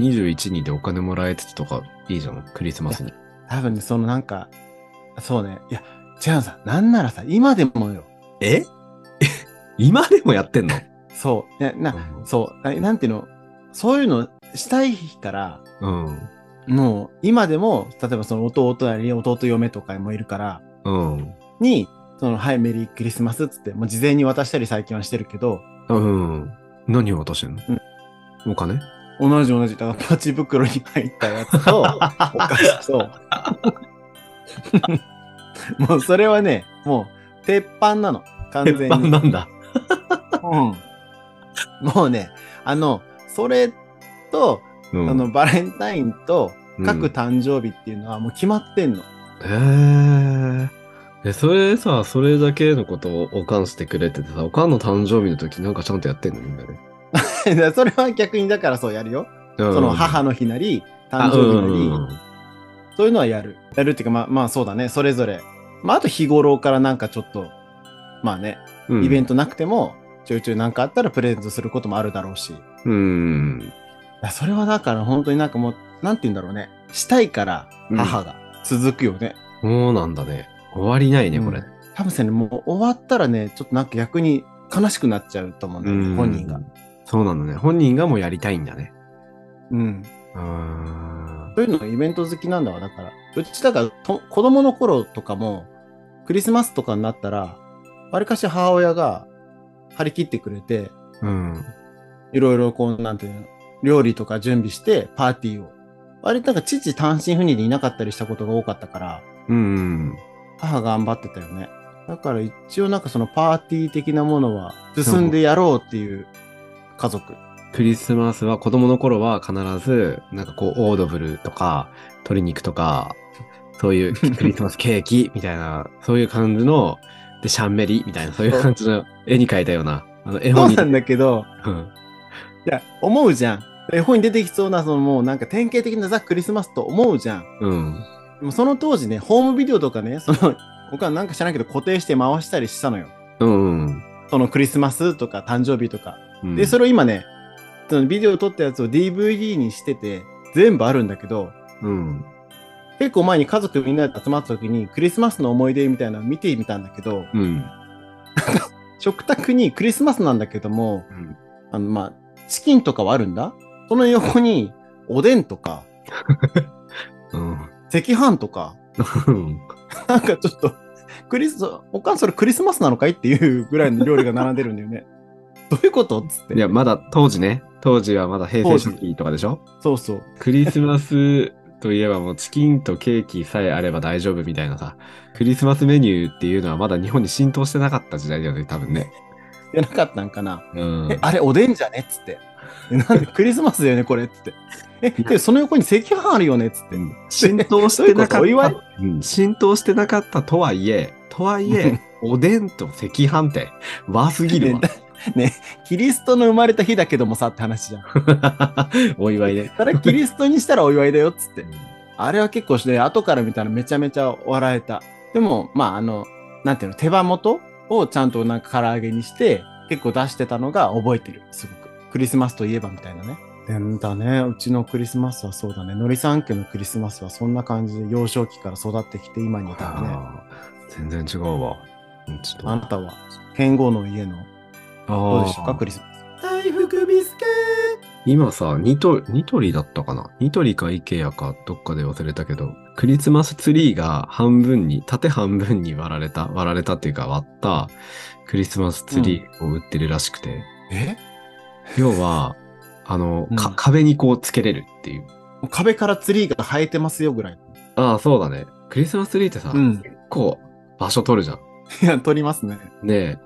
Speaker 2: ?21 人でお金もらえてたとか、いいじゃん、クリスマスに。
Speaker 1: 多分ねそのなんかそうねいや違うさなんならさ今でもよ
Speaker 2: え [LAUGHS] 今でもやってんの
Speaker 1: そうねなそうななんていうのそういうのしたい日から
Speaker 2: うん。
Speaker 1: もう今でも例えばその弟やり弟嫁とかもいるから
Speaker 2: うん。
Speaker 1: にその、はい、メリークリスマスっつって、もう事前に渡したり最近はしてるけど、
Speaker 2: うん。何を渡してんの、お金
Speaker 1: 同じ同じ、だからポチ袋に入ったやつ
Speaker 2: [LAUGHS]
Speaker 1: と、お菓子と、もうそれはね、もう、鉄板なの。完全に。
Speaker 2: 鉄板なんだ。
Speaker 1: うん。もうね、あの、それと、
Speaker 2: うん
Speaker 1: あの、バレンタインと、
Speaker 2: う
Speaker 1: 各
Speaker 2: ん
Speaker 1: 誕生日っていうのはもう決まってんの。 [LAUGHS]
Speaker 2: へえ。え、それさ、それだけのことをおかんしてくれててさ、おかんの誕生日の時なんかちゃんとやってんのみんなで。
Speaker 1: だからそれは逆にだからそうやるよ。
Speaker 2: そ
Speaker 1: その母の日なり、誕生日なり、
Speaker 2: り。
Speaker 1: そういうのはやる。やるっていうか、まあ、まあそうだね、それぞれ。まああと日頃からなんかちょっと、まあね、イベン
Speaker 2: ト。
Speaker 1: トなくても、ちょいちょいなんかあったらプレゼントすることもあるだろうし。い
Speaker 2: うん。
Speaker 1: やそれはだから本当になんかもう、なんて言うんだろうね。したいから
Speaker 2: うん
Speaker 1: 母が続くよね。
Speaker 2: そうなんだね。終わりないね、これ。
Speaker 1: 多分さね、もう終わったらね、ちょっとなんか逆に悲しくなっちゃうと思うんだよね、本人が。。
Speaker 2: そうなんだね。本人がもうやりたいんだね。
Speaker 1: うん。
Speaker 2: うーん。
Speaker 1: そういうのイベント好きなんだわ。だから、うちだからと子供の頃とかも、クリスマスとかになったら、わりかし母親が張り切ってくれて、
Speaker 2: うん。
Speaker 1: いろいろこう、なんていうの、料理とか準備して、パーティーを。割となんか父単身赴任でいなかったりしたことが多かったから、
Speaker 2: うん。
Speaker 1: 母が頑張ってたよね。だから一応なんかそのパーティー的なものは進んでやろうっていう家族。
Speaker 2: クリスマスは子供の頃は必ず、なんかこう、オードブルとか、鶏肉とか、そう
Speaker 1: [LAUGHS]
Speaker 2: いうクリスマスケーキみたいな、そういう感じの、で、シャンメリみたいな、そういう感じの絵に描いたような、あの、絵
Speaker 1: そ
Speaker 2: 本
Speaker 1: う
Speaker 2: に。
Speaker 1: なんだけど、
Speaker 2: うん
Speaker 1: いや、思うじゃん。絵本に出てきそうな、そのもうなんか典型的なザ・クリスマスと思うじゃん。
Speaker 2: うん。
Speaker 1: でもその当時ね、ホームビデオとかね、その、他なんか知らないけど固定して回したりしたのよ。
Speaker 2: うん。
Speaker 1: そのクリスマスとか誕生日とか。
Speaker 2: うん。
Speaker 1: で、それを今ね、そのビデオ撮ったやつを DVD にしてて、全部あるんだけど、
Speaker 2: うん。
Speaker 1: 結構前に家族みんなで集まった時に、クリスマスの思い出みたいなのを見てみたんだけど、
Speaker 2: うん。
Speaker 1: 食卓にクリスマスなんだけども、あの、まあ、チキンとかはあるんだその横に、おでんとか、
Speaker 2: うん。
Speaker 1: 赤飯とか、
Speaker 2: うん。
Speaker 1: なんかちょっと、クリス、おかんそれクリスマスなのかいっていうぐらいの料理が並んでるんだよね。 [LAUGHS] どういうことっつって。
Speaker 2: いや、まだ当時ね。当時はまだ平成初期とかでしょ
Speaker 1: そうそう。
Speaker 2: クリスマスといえばもうチキンとケーキさえあれば大丈夫みたいなさ、クリスマスメニューっていうのはまだ日本に浸透してなかった時代だよね、多分ね。
Speaker 1: いやなかったんかな。
Speaker 2: うん
Speaker 1: え、あれおでんじゃねっつって。えなんでクリスマスだよね、これっつって。え、でその横に赤飯あるよねっつって。
Speaker 2: 浸透してなか
Speaker 1: ど
Speaker 2: っ
Speaker 1: ういうことお
Speaker 2: た。うん浸透してなかったとはいえ、とはい [LAUGHS] え、おでんと赤飯って、わすぎるわ。
Speaker 1: キリストの生まれた日だけどもさって話じゃん。
Speaker 2: [LAUGHS] お祝いね。
Speaker 1: それキリストにしたらお祝いだよっつって。あれは結構して、後から見たらめちゃめちゃ笑えた。でも、まあ、あの、なんていうの、手羽元をちゃんとなんか唐揚げにして、結構出してたのが覚えてる、すごく。クリスマスといえばみたいなね。でんだね。うちのクリスマスはそうだね。のりさん家のクリスマスはそんな感じで幼少期から育ってきて今に至るね。
Speaker 2: あー全然違うわ。うんちょっと
Speaker 1: あなたは、剣豪の家の、どうでした
Speaker 2: あ
Speaker 1: か、
Speaker 2: ー
Speaker 1: クリスマス。大福ビスケ
Speaker 2: 今さ、ニトリ、ニトリだったかなニトリかイケアかどっかで忘れたけど、クリスマスツリーが半分に、縦半分に割られた、割られたっていうか割ったクリスマスツリーを売ってるらしくて、
Speaker 1: え
Speaker 2: 要は、あの、か
Speaker 1: うん
Speaker 2: 壁にこうつけれるっていう。
Speaker 1: もう壁からツリーが生えてますよぐらい。
Speaker 2: ああ、そうだね。クリスマスツリーってさ、
Speaker 1: うん
Speaker 2: 結構場所取るじゃん。
Speaker 1: いや、撮りますね。
Speaker 2: で、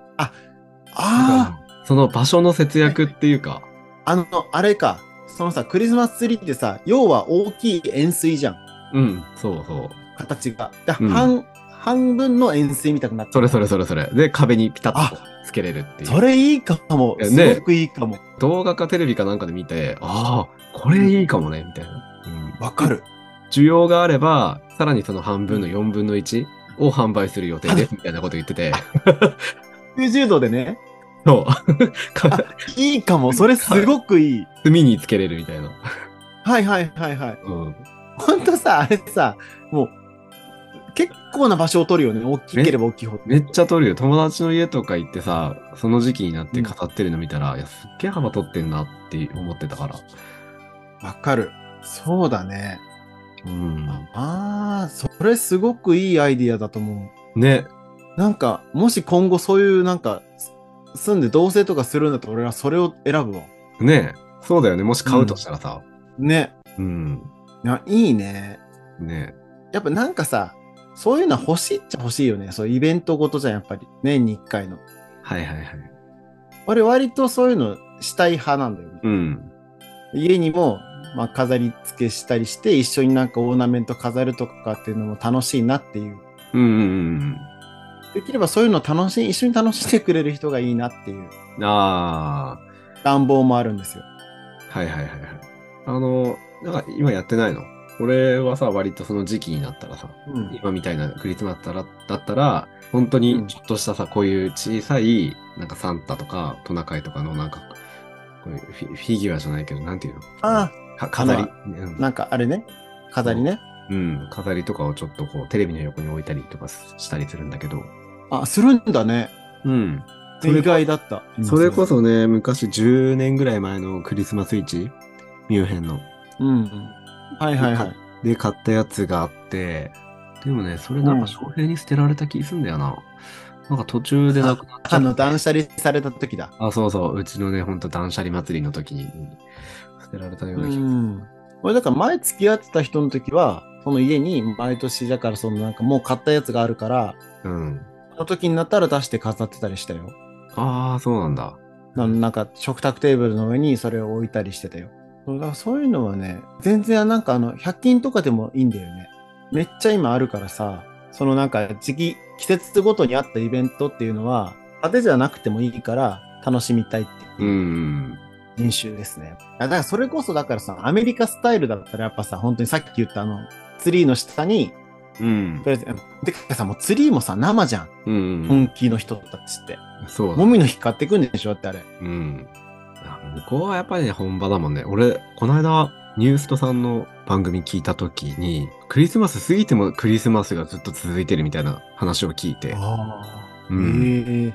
Speaker 1: ああ
Speaker 2: その場所の節約っていうか、
Speaker 1: あの、あれか。そのさ、クリスマスツリーってさ、要は大きい円錐じゃん。
Speaker 2: うん、そうそう。
Speaker 1: 形が。で、
Speaker 2: うん
Speaker 1: 半、半分の円錐みたくなってる
Speaker 2: それそれそれそれ。で、壁にピタッとつけれるっていう。
Speaker 1: それいいかも。
Speaker 2: ね
Speaker 1: すごくいいかも。
Speaker 2: 動画かテレビかなんかで見て、ああ、これいいかもね、みたいな。
Speaker 1: わかる。
Speaker 2: 需要があれば、さらにその半分の4分の1を販売する予定です、みたいなこと言ってて。
Speaker 1: 90度でね。
Speaker 2: [LAUGHS] そう。か
Speaker 1: いいかも。それすごくいい。
Speaker 2: 炭につけれるみたいな。
Speaker 1: はいはいはいはい。
Speaker 2: うん。
Speaker 1: ほんとさ、あれさ、もう、結構な場所を取るよね。大きければ大きいほど。
Speaker 2: めっちゃ撮るよ。友達の家とか行ってさ、その時期になって飾ってるの見たら、いや、すっげえ幅取ってんなって思ってたから。
Speaker 1: わかる。そうだね。
Speaker 2: うん。
Speaker 1: ああ、それすごくいいアイディアだと思う。
Speaker 2: ね。
Speaker 1: なんか、もし今後そういうなんか、す住んで同棲とかするんだったら俺はそれを選ぶわ。
Speaker 2: ねえ。そうだよね。もし買うとしたらさ。
Speaker 1: ね。
Speaker 2: うん。
Speaker 1: いやいいね。
Speaker 2: ね
Speaker 1: やっぱなんかさ、そういうのは欲しいっちゃ欲しいよね。そういうイベントごとじゃん、やっぱり。年に1回の。
Speaker 2: え。はいはいはい。
Speaker 1: 俺割とそういうのしたい派なんだよね。
Speaker 2: うん。
Speaker 1: 家にも、まあ、飾り付けしたりして、一緒になんかオーナメント飾るとかっていうのも楽しいなっていう。
Speaker 2: うんうん
Speaker 1: できればそういうの楽しい、一緒に楽しんでくれる人がいいなっていう
Speaker 2: うん。あ
Speaker 1: 願望もあるんですよ。
Speaker 2: あ。はいはいはいはい。あの、なんか今やってないの俺はさ、割とその時期になったらさ、
Speaker 1: うん。
Speaker 2: 今みたいなクリスマスだったら、だったら、本当にちょっとしたさ、こういう小さい、なんかサンタとかトナカイとかのなんか、こういうフィフィギュアじゃないけど、なんていうの
Speaker 1: あ
Speaker 2: か飾り。
Speaker 1: あ
Speaker 2: うん
Speaker 1: あ、なんかあれね。飾りね。
Speaker 2: うん、飾りとかをちょっとこう、テレビの横に置いたりとかしたりするんだけど。
Speaker 1: あ、するんだね。
Speaker 2: うん。それ
Speaker 1: 意外だった。
Speaker 2: それこそね、昔10年ぐらい前のクリスマスイチ、ミュンヘンの。
Speaker 1: うん。うん。はいはいはい。
Speaker 2: で、買ったやつがあって、でもね、それな
Speaker 1: う
Speaker 2: んか
Speaker 1: ん
Speaker 2: 翔平に捨てられた気すんだよな。なんか途中でなくなっちゃ
Speaker 1: あの、
Speaker 2: った。
Speaker 1: 断捨離された時だ。
Speaker 2: あ、そうそう、うちのね、ほんと断捨離祭りの時にうん捨てられたよう
Speaker 1: う
Speaker 2: な気が
Speaker 1: ん。俺だから前付き合ってた人の時は、その家に毎年だからそのなんかもう買ったやつがあるから、
Speaker 2: うん。
Speaker 1: その時になったら出して飾ってたりしたよ。
Speaker 2: ああ、そうなんだ。
Speaker 1: ななんか食卓テーブルの上にそれを置いたりしてたよ。そうだからそういうのはね、全然なんかあの、100均とかでもいいんだよね。めっちゃ今あるからさ、そのなんか時期、季節ごとにあったイベントっていうのは、派手じゃなくてもいいから楽しみたいって
Speaker 2: う。
Speaker 1: いうん人種ですね。あだからそれこそだからさ、アメリカスタイルだったらやっぱさ、本当にさっき言ったあの、ツリーの下に、
Speaker 2: うん
Speaker 1: と。りあえず、てかさ、もうツリーもさ、生じゃん。
Speaker 2: うん。
Speaker 1: 本気の人たちって。
Speaker 2: そうだ
Speaker 1: もみの日買ってくんでしょだってあれ。
Speaker 2: うん。あ向こうはやっぱりね、本場だもんね。俺、この間、ニューストさんの番組聞いたときに、クリスマス過ぎてもクリスマスがずっと続いてるみたいな話を聞いて、
Speaker 1: ああ。
Speaker 2: うん、
Speaker 1: ええ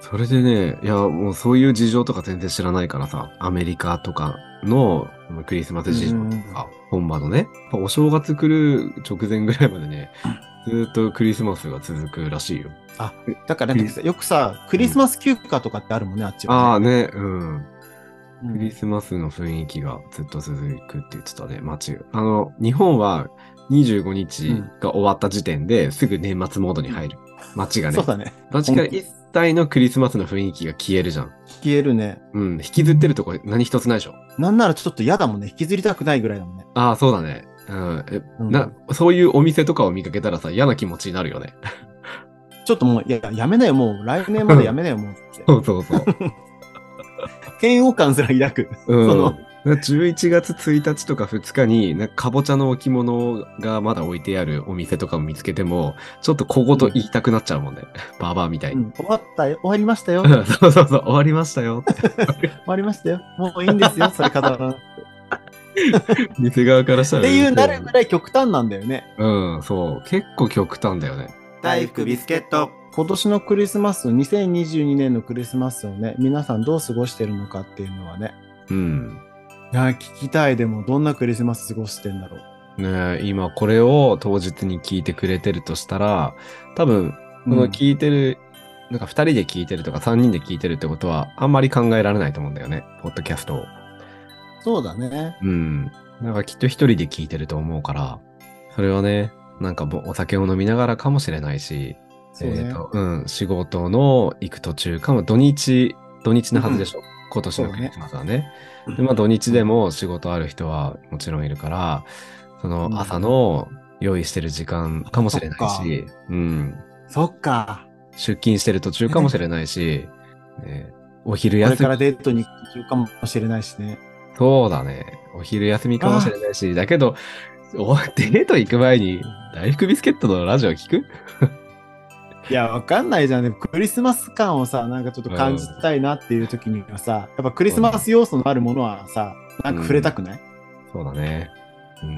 Speaker 2: それでね、いや、もうそういう事情とか全然知らないからさ、アメリカとかのクリスマス事情とか、本場のね、やっぱお正月来る直前ぐらいまでね、ずっとクリスマスが続くらしいよ。
Speaker 1: だからなんかさよくさ、クリスマス休暇とかってあるもんね、あっち
Speaker 2: あ
Speaker 1: は
Speaker 2: あ
Speaker 1: ね、
Speaker 2: ね、うん。
Speaker 1: うん
Speaker 2: クリスマスの雰囲気がずっと続くって言ってたね、街。あの、日本は25日が終わった時点ですぐ年末モードに入る。街がね
Speaker 1: そう。だね。
Speaker 2: 街から一切のクリスマスの雰囲気が消えるじゃん。
Speaker 1: 消えるね。
Speaker 2: うん。引きずってるとこ何一つないでしょ。
Speaker 1: なんならちょっと嫌だもんね。引きずりたくないぐらいだもんね。
Speaker 2: ああ、そうだね。うん。え、
Speaker 1: うん
Speaker 2: な、そういうお店とかを見かけたらさ、嫌な気持ちになるよね。 [LAUGHS]
Speaker 1: ちょっともう、いや、やめなよ、もう。来年までやめなよ、もうって。
Speaker 2: そうそうそう。
Speaker 1: 嫌悪感すら抱く。
Speaker 2: う
Speaker 1: [LAUGHS]
Speaker 2: ん。
Speaker 1: その
Speaker 2: だから11月1日とか2日に、なんかかぼちゃの置物がまだ置いてあるお店とかも見つけても、ちょっと小言言いたくなっちゃうもんね。 [LAUGHS] ババアみたいうに。
Speaker 1: ん、終わったよ。終わりましたよ。
Speaker 2: う
Speaker 1: 終
Speaker 2: ん [LAUGHS] そうそうそう、終わりましたよ [LAUGHS] って。
Speaker 1: わりましたよ。もういいんですよ、それ飾らなくて。
Speaker 2: 店側からした
Speaker 1: っ
Speaker 2: ら。
Speaker 1: ていうなるぐらい極端なんだよね。
Speaker 2: うん、そう。結構極端だよね。
Speaker 1: 大福ビスケット。今年のクリスマス、2022年のクリスマスをね、皆さんどう過ごしてるのかっていうのはね。
Speaker 2: うん。
Speaker 1: いや、聞きたい。でも、どんなクリスマス過ごしてんだろう。
Speaker 2: ねえ今これを当日に聞いてくれてるとしたら、多分、この聞いてる、なんか2人で聞いてるとか3人で聞いてるってことは、あんまり考えられないと思うんだよね。ポッドキャストを。
Speaker 1: そうだね。
Speaker 2: うん。なんかきっと一人で聞いてると思うから、それはね、なんかもうお酒を飲みながらかもしれないし、
Speaker 1: そうね
Speaker 2: えーとうん、仕事の行く途中かも、土日、土日のはずでしょ。今年のクリスマスはね。
Speaker 1: そうね
Speaker 2: でまあ土日でも仕事ある人はもちろんいるから、その
Speaker 1: うん
Speaker 2: 朝の用意してる時間かもしれないし、うん、
Speaker 1: そっか。
Speaker 2: 出勤してる途中かもしれないし、ねお昼
Speaker 1: これ
Speaker 2: 休
Speaker 1: から
Speaker 2: み、
Speaker 1: デートに行く途中かもしれないしね。
Speaker 2: そうだね。お昼休みかもしれないし、だけど、おデート行く前に大福ビスケットのラジオ聞く
Speaker 1: いや、わかんないじゃん。でもクリスマス感をさ、なんかちょっと感じたいなっていう時にはさ、やっぱクリスマス要素のあるものはさ、なんか触れたくない、
Speaker 2: そうだね。うん。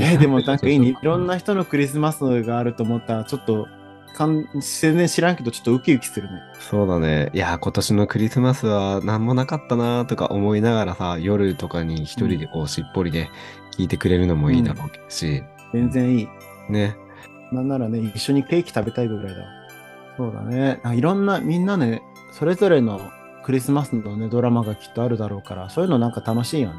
Speaker 1: えーで
Speaker 2: [LAUGHS]
Speaker 1: もなんかいいね。いろん
Speaker 2: な。
Speaker 1: な人のクリスマスがあると思ったら、ちょっと、かん全然知らんけど、ちょっとウキウキするね。
Speaker 2: そうだね。いや、今年のクリスマスは何もなかったなとか思いながらさ、夜とかに一人でこうしっぽりで聞いてくれるのもいいだろうし、
Speaker 1: 全然いい。
Speaker 2: ね。
Speaker 1: なんならね、一緒にケーキ食べたいぐらいだわ。そうだね。あいろんな、みんなね、それぞれのクリスマスのね、ドラマがきっとあるだろうから、そういうのなんか楽しいよね。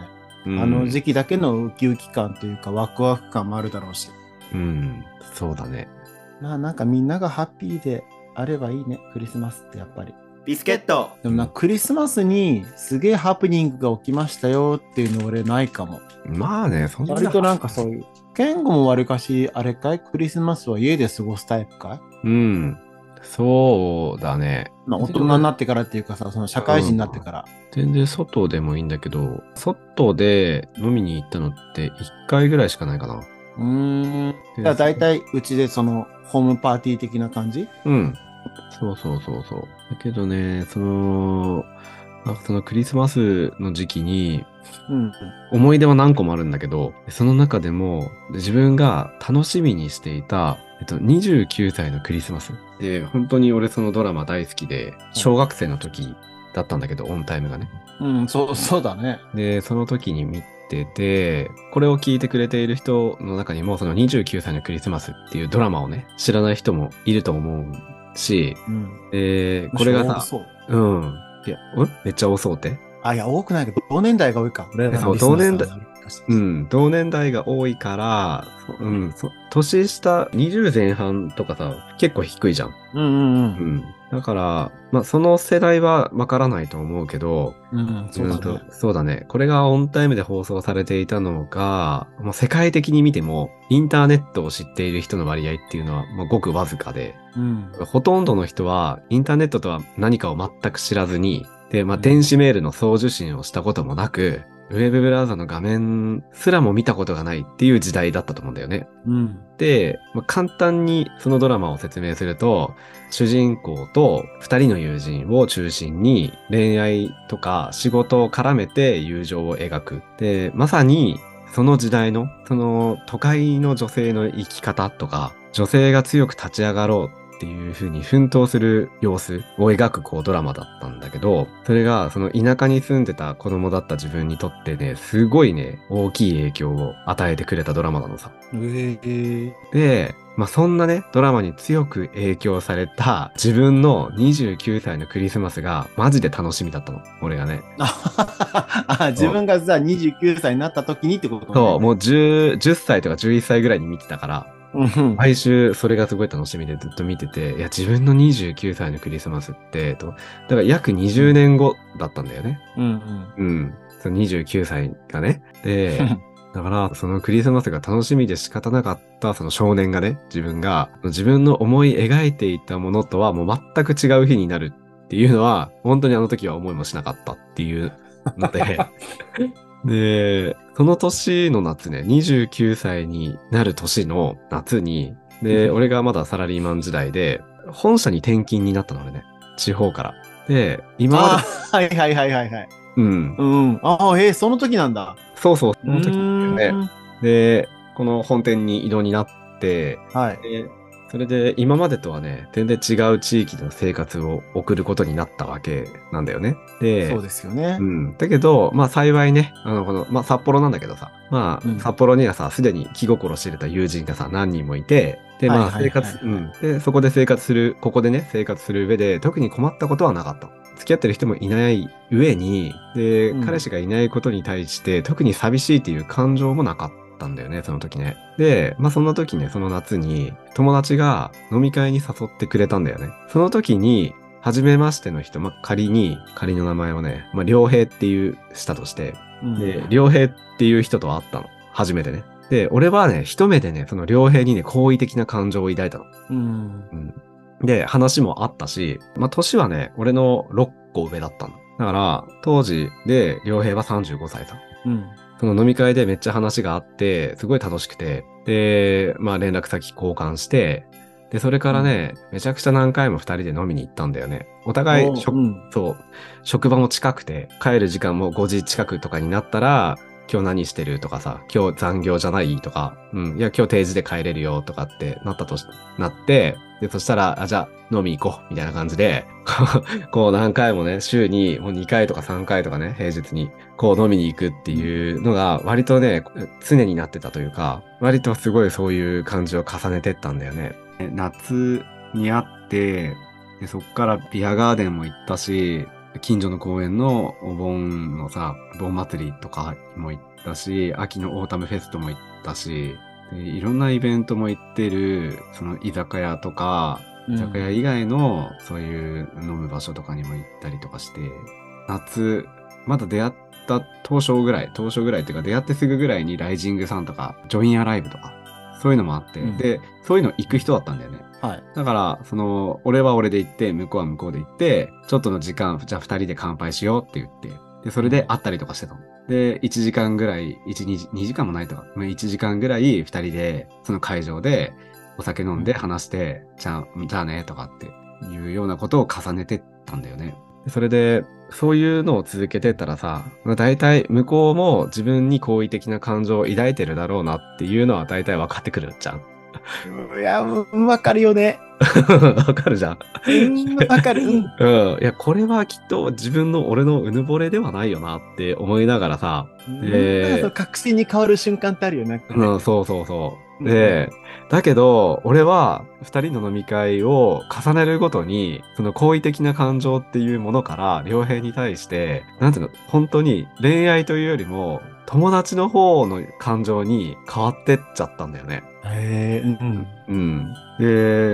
Speaker 2: うん
Speaker 1: あの時期だけのウキウキ感というか、ワクワク感もあるだろうし。
Speaker 2: うん、そうだね。
Speaker 1: まあなんかみんながハッピーであればいいね、クリスマスってやっぱり。
Speaker 3: ビスケット
Speaker 1: でもな、
Speaker 2: うん
Speaker 1: クリスマスにすげえハプニングが起きましたよっていうの俺ないかも。
Speaker 2: まあね、そんな。
Speaker 1: 割となんかそういう。言語もわりかし、あれかいクリスマスは家で過ごすタイプかい
Speaker 2: うん。そうだね。
Speaker 1: まあ大人になってからっていうかさ、その社会人になってから。
Speaker 2: 全然外でもいいんだけど、外で飲みに行ったのって1回ぐらいしかないかな。
Speaker 1: うーん。
Speaker 2: で
Speaker 1: じゃあ大。体うちでそのホームパーティー的な感じ
Speaker 2: うん。そうそうそうそう。だけどね、その、なんかそのクリスマスの時期に、
Speaker 1: うん。
Speaker 2: 思い出は何個もあるんだけど、その中でも自分が楽しみにしていた、えっと、29歳のクリスマス。で、本当に俺そのドラマ大好きで、小学生の時だったんだけど、オンタイムがね。
Speaker 1: うん、そう、そうだね。
Speaker 2: で、その時に見てて、これを聞いてくれている人の中にも、その29歳のクリスマスっていうドラマをね、知らない人もいると思うし、
Speaker 1: うん。
Speaker 2: で、これが
Speaker 1: 多
Speaker 2: さ、
Speaker 1: そう。
Speaker 2: うん。いや、うんめっちゃ多そうって
Speaker 1: あ、いや、多くないけど、同年代が多いか。俺らの
Speaker 2: そう
Speaker 1: リスナーさんはわ
Speaker 2: 同年代
Speaker 1: りかし
Speaker 2: うん、同年代が多いから、そうん、そ年下20前半とかさ、結構低いじゃん。
Speaker 1: うんうん
Speaker 2: う
Speaker 1: うん
Speaker 2: ん。だから、まあ、その世代はわからないと思うけど、。
Speaker 1: うん、そうだ
Speaker 2: ん
Speaker 1: ね。
Speaker 2: とそうだね。これがオンタイムで放送されていたのが、もう世界的に見ても、インターネットを知っている人の割合っていうのは、まあ、ごくわずかで、
Speaker 1: うん。
Speaker 2: ほとんどの人は、インターネットとは何かを全く知らずに、で、まあ、
Speaker 1: うん
Speaker 2: 電子メールの送受信をしたこともなく、ウェブブラウザの画面すらも見たことがないっていう時代だったと思うんだよね。
Speaker 1: うん。
Speaker 2: で、まあ、簡単にそのドラマを説明すると、主人公と二人の友人を中心に恋愛とか仕事を絡めて友情を描く。で、まさにその時代の、その都会の女性の生き方とか、女性が強く立ち上がろうっていう風に奮闘する様子を描くこうドラマだったんだけど、それがその田舎に住んでた子供だった自分にとってね、すごいね、大きい影響を与えてくれたドラマなのさ。
Speaker 1: ええ [LAUGHS]
Speaker 2: で、まあ、そんなね、ドラマに強く影響された自分の29歳のクリスマスがマジで楽しみだったの。俺がね。
Speaker 1: ああ、自分がさ、29歳になった時にってことね
Speaker 2: そう、もう 10, 10歳とか11歳ぐらいに見てたから、
Speaker 1: うん。
Speaker 2: 毎週それがすごい楽しみでずっと見てて、いや、自分の29歳のクリスマスって、と、だから約20年後だったんだよね。
Speaker 1: うん
Speaker 2: うん。その29歳がね。で
Speaker 1: う、ん。
Speaker 2: だから、そのクリスマスが楽しみで仕方なかった、その少年がね、自分が、自分の思い描いていたものとはもう全く違う日になるっていうのは、本当にあの時は思いもしなかったっていうので、で、その年の夏ね、29歳になる年の夏に、で、俺がまだサラリーマン時代で、本社に転勤になったの俺ね、地方から。で、今ま
Speaker 1: あ
Speaker 2: で、
Speaker 1: あ、はいはいはいはいはい。
Speaker 2: うん、
Speaker 1: うん。ああ、ええその時なんだ。
Speaker 2: そうそう、その時
Speaker 1: う
Speaker 2: だ
Speaker 1: ー
Speaker 2: よね。
Speaker 1: ん
Speaker 2: で、この本店に異動になって、
Speaker 1: はい。
Speaker 2: でそれで今までとはね、全然違う地域での生活を送ることになったわけなんだよね。で、
Speaker 1: そうですよね
Speaker 2: う。ん、だけど、まあ幸いね、あの、この、まあ札幌なんだけどさ、まあ、
Speaker 1: うん
Speaker 2: 札幌にはさ、すでに気心知れた友人がさ、何人もいて、で、まあ
Speaker 1: はいは
Speaker 2: 生
Speaker 1: いはいはい
Speaker 2: 活、うん。で、そこで生活する、ここでね、生活する上で、特に困ったことはなかった。付き合ってる人もいない上に、で、
Speaker 1: うん
Speaker 2: 彼氏がいないことに対して、特に寂しいっていう感情もなかったんだよね、その時ね。で、まあそんな時ね、その夏に、友達が飲み会に誘ってくれたんだよね。その時に、初めましての人、まあ、仮に、仮の名前をね、まあ、良平っていう、したとして、
Speaker 1: うん
Speaker 2: で、良平っていう人と会ったの。初めてね。で、俺はね、一目でね、その良平にね、好意的な感情を抱いたの。
Speaker 1: うん。
Speaker 2: で、話もあったし、まあ、年はね、俺の6個上だったの。だから、当時で、良平は35歳さ。
Speaker 1: うん。
Speaker 2: その飲み会でめっちゃ話があって、すごい楽しくて、で、まあ連絡先交換して、で、それからね、めちゃくちゃ何回も二人で飲みに行ったんだよね。お互
Speaker 1: おう
Speaker 2: い、職
Speaker 1: うん
Speaker 2: そう、職場も近くて、帰る時間も5時近くとかになったら、今日何してるとかさ、今日残業じゃないとか、うん、いや、今日定時で帰れるよとかってなったとし、なって、で、そしたら、あ、じゃあ飲み行こう、みたいな感じで、こうこう何回もね、週にもう2回とか3回とかね、平日に、こう飲みに行くっていうのが、割とね、常になってたというか、割とすごいそういう感じを重ねてったんだよね。夏にあって、で、そっからビアガーデンも行ったし、近所の公園のお盆のさ、盆祭りとかも行ったし、秋のオータムフェストも行ったし、でいろんなイベントも行ってる、その居酒屋とか、居酒屋以外のそういう飲む場所とかにも行ったりとかして、夏、まだ出会った当初ぐらい、当初ぐらいっていうか出会ってすぐぐらいにライジングさんとか、ジョインアライブとか、そういうのもあって、
Speaker 1: うん
Speaker 2: で、そういうの行く人だったんだよね。
Speaker 1: はい。
Speaker 2: だから、その、俺は俺で行って、向こうは向こうで行って、ちょっとの時間、じゃあ二人で乾杯しようって言って、で、それで会ったりとかしてたの。で、1時間ぐらい、1、2, 2時間もないとか、まあ1時間ぐらい二人で、その会場で、お酒飲んで話して、じゃあ、じゃあね、とかっていうようなことを重ねてったんだよね。でそれで、そういうのを続けてったらさ、まあ大体向こうも自分に好意的な感情を抱いてるだろうなっていうのは大体分かってくるじゃん。 [LAUGHS]
Speaker 1: いや、うんわかるよね。
Speaker 2: 分かるじゃん。
Speaker 1: うんわかる。 [LAUGHS] うん
Speaker 2: うん。いや、これはきっと自分の俺のうぬぼれではないよなって思いながらさ、えー
Speaker 1: なんかそう確信に変わる瞬間ってあるよね。
Speaker 2: うん、そうそうそう。で、だけど、俺は二人の飲み会を重ねるごとに、その好意的な感情っていうものから、良平に対して、なんていうの、本当に恋愛というよりも、友達の方の感情に変わってっちゃったんだよね。
Speaker 1: へえうん。
Speaker 2: うん。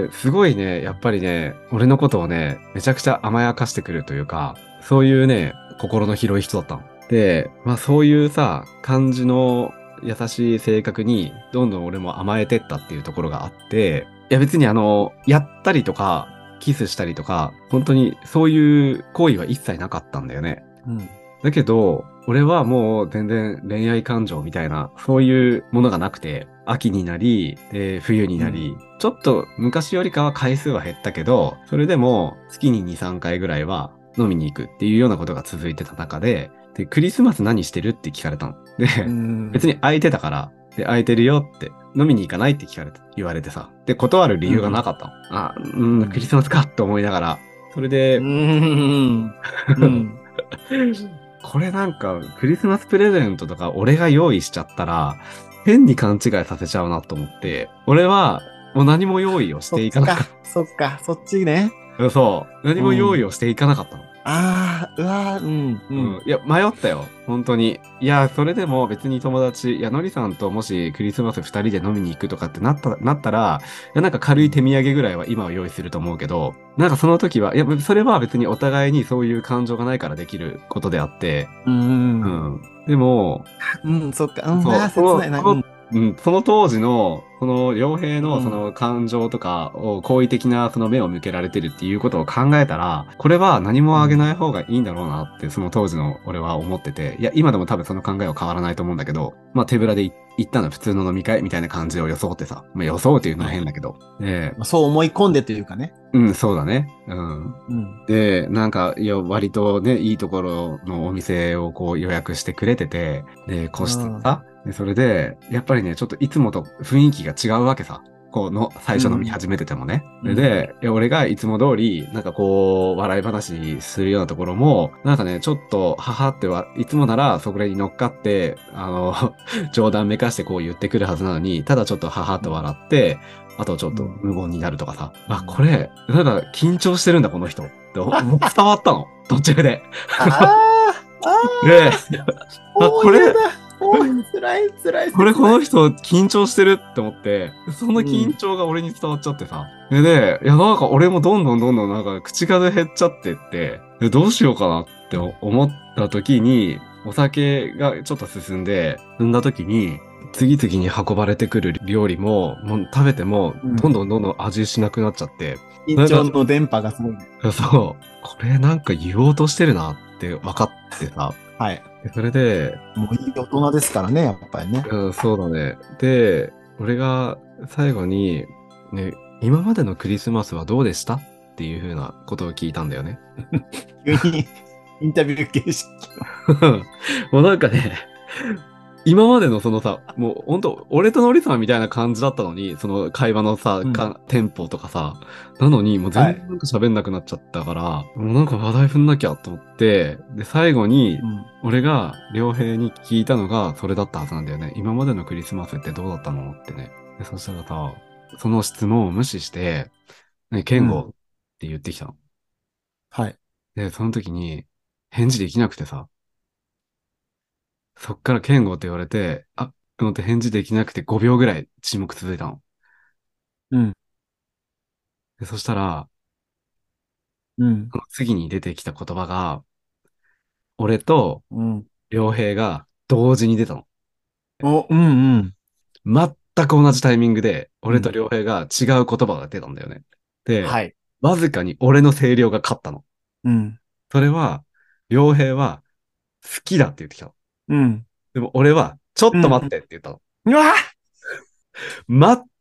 Speaker 2: で、すごいね、やっぱりね、俺のことをね、めちゃくちゃ甘やかしてくるというか、そういうね、心の広い人だったの。で、まあそういうさ、感じの優しい性格に、どんどん俺も甘えてったっていうところがあって、いや別にあの、やったりとか、キスしたりとか、本当にそういう行為は一切なかったんだよね。
Speaker 1: うん。
Speaker 2: だけど、俺はもう全然恋愛感情みたいな、そういうものがなくて、秋になり、で冬になり、ちょっと昔よりかは回数は減ったけど、それでも月に2、3回ぐらいは飲みに行くっていうようなことが続いてた中で、で、クリスマス何してるって聞かれたの。で、
Speaker 1: うん
Speaker 2: 別に空いてたから、で、空いてるよって、飲みに行かないって聞かれて、言われてさ。で、断る理由がなかったの。あ、うん、クリスマスかって思いながら、それで、
Speaker 1: うん。うん。
Speaker 2: [LAUGHS] これなんか、クリスマスプレゼントとか俺が用意しちゃったら、変に勘違いさせちゃうなと思って、俺は、もう何も用意をしていかなかっ
Speaker 1: そっか、 [LAUGHS] そっちね。
Speaker 2: た。そう。何も用意をしていかなかったの。
Speaker 1: ああ、うわーうん。う
Speaker 2: うん。いや、迷ったよ。本当に。いや、それでも別に友達、いや、のりさんともしクリスマス二人で飲みに行くとかってなった、なったら、いや、なんか軽い手土産ぐらいは今は用意すると思うけど、なんかその時は、いや、それは別にお互いにそういう感情がないからできることであって、
Speaker 1: うん。
Speaker 2: う
Speaker 1: うん。
Speaker 2: ん。でも、
Speaker 1: うん、そっか。うん、
Speaker 2: そう
Speaker 1: ああ、切ないな。
Speaker 2: そ
Speaker 1: う
Speaker 2: う
Speaker 1: ん
Speaker 2: うん、その当時の、その、良平
Speaker 1: う
Speaker 2: の
Speaker 1: ん
Speaker 2: その感情とかを好意的なその目を向けられてるっていうことを考えたら、これは何もあげない方がいいんだろうなって、その当時の俺は思ってて、いや、今でも多分その考えは変わらないと思うんだけど、まあ手ぶらでい行ったのは普通の飲み会みたいな感じを装ってさ、まあ装うっていうのは変だけど、ええ
Speaker 1: まあそう思い込んでというかね。
Speaker 2: うん、そうだね。うん。
Speaker 1: [LAUGHS] うん。
Speaker 2: で、なんか、いや、割とね、いいところのお店をこう予約してくれてて、で、個室のさ、でそれで、やっぱりね、ちょっといつもと雰囲気が違うわけさ。こうの、最初飲み始めててもね。
Speaker 1: うん
Speaker 2: で、いや俺がいつも通り、なんかこう、笑い話するようなところも、なんかね、ちょっと、母っては、いつもなら、そこらに乗っかって、あの、 [LAUGHS] 冗談めかしてこう言ってくるはずなのに、ただちょっと母と笑って、あとちょっと無言になるとかさ、あ、これ、なんか緊張してるんだ、この人。って思伝わったの。途中で。
Speaker 1: ああ、あ
Speaker 2: で、
Speaker 1: あ、お
Speaker 2: こ
Speaker 1: ー
Speaker 2: れ
Speaker 1: やだ。おー、辛い、辛い。
Speaker 2: これこの
Speaker 1: 人。
Speaker 2: 人緊張してるって思って、その緊張が俺に伝わっちゃってさ。でで、いやなんか俺もどんどんどんどんなんか口数減っちゃってって、でどうしようかなって思った時に、お酒がちょっと進んで、飲んだ時に、次々に運ばれてくる料理も、もう食べても
Speaker 1: うん、
Speaker 2: どんどんどんどん味しなくなっちゃって、
Speaker 1: 緊張の電波がすごいね。
Speaker 2: そう、これなんか言おうとしてるなって分かってさ、
Speaker 1: はい。
Speaker 2: でそれで、
Speaker 1: もういい大人ですからね、やっぱりね。
Speaker 2: うん、そうだね。で、俺が最後に、ね、今までのクリスマスはどうでしたっていうふうなことを聞いたんだよね。
Speaker 1: 急にインタビュー形式。
Speaker 2: [LAUGHS] もうなんかね、今までのそのさ、もう本当俺とノリさんみたいな感じだったのに、その会話のさ、
Speaker 1: うん
Speaker 2: かテンポとかさ、なのに、もう全然なんか喋んなくなっちゃったから、もうなんか話題振んなきゃと思って、で、最後に、俺が良平に聞いたのがそれだったはずなんだよね。今までのクリスマスってどうだったのってね。でそしたらさ、その質問を無視して、ね、ケン
Speaker 1: う
Speaker 2: ゴ、って言ってきたの。
Speaker 1: はい。
Speaker 2: で、その時に返事できなくてさ、そっから健吾って言われて、あ、思って返事できなくて5秒ぐらい沈黙続いたの。
Speaker 1: うん。
Speaker 2: でそしたら、
Speaker 1: うん。
Speaker 2: その次に出てきた言葉が、俺と
Speaker 1: うん。
Speaker 2: 良平が同時に出たの。
Speaker 1: お、うんうん。
Speaker 2: 全く同じタイミングで、俺と良平が違う言葉が出たんだよね。で、
Speaker 1: はい。
Speaker 2: わずかに俺の声量が勝ったの。
Speaker 1: うん。
Speaker 2: それは、良平は、好きだって言ってきたの。
Speaker 1: うん。
Speaker 2: でも俺は、ちょっと待ってって言ったの。
Speaker 1: うわ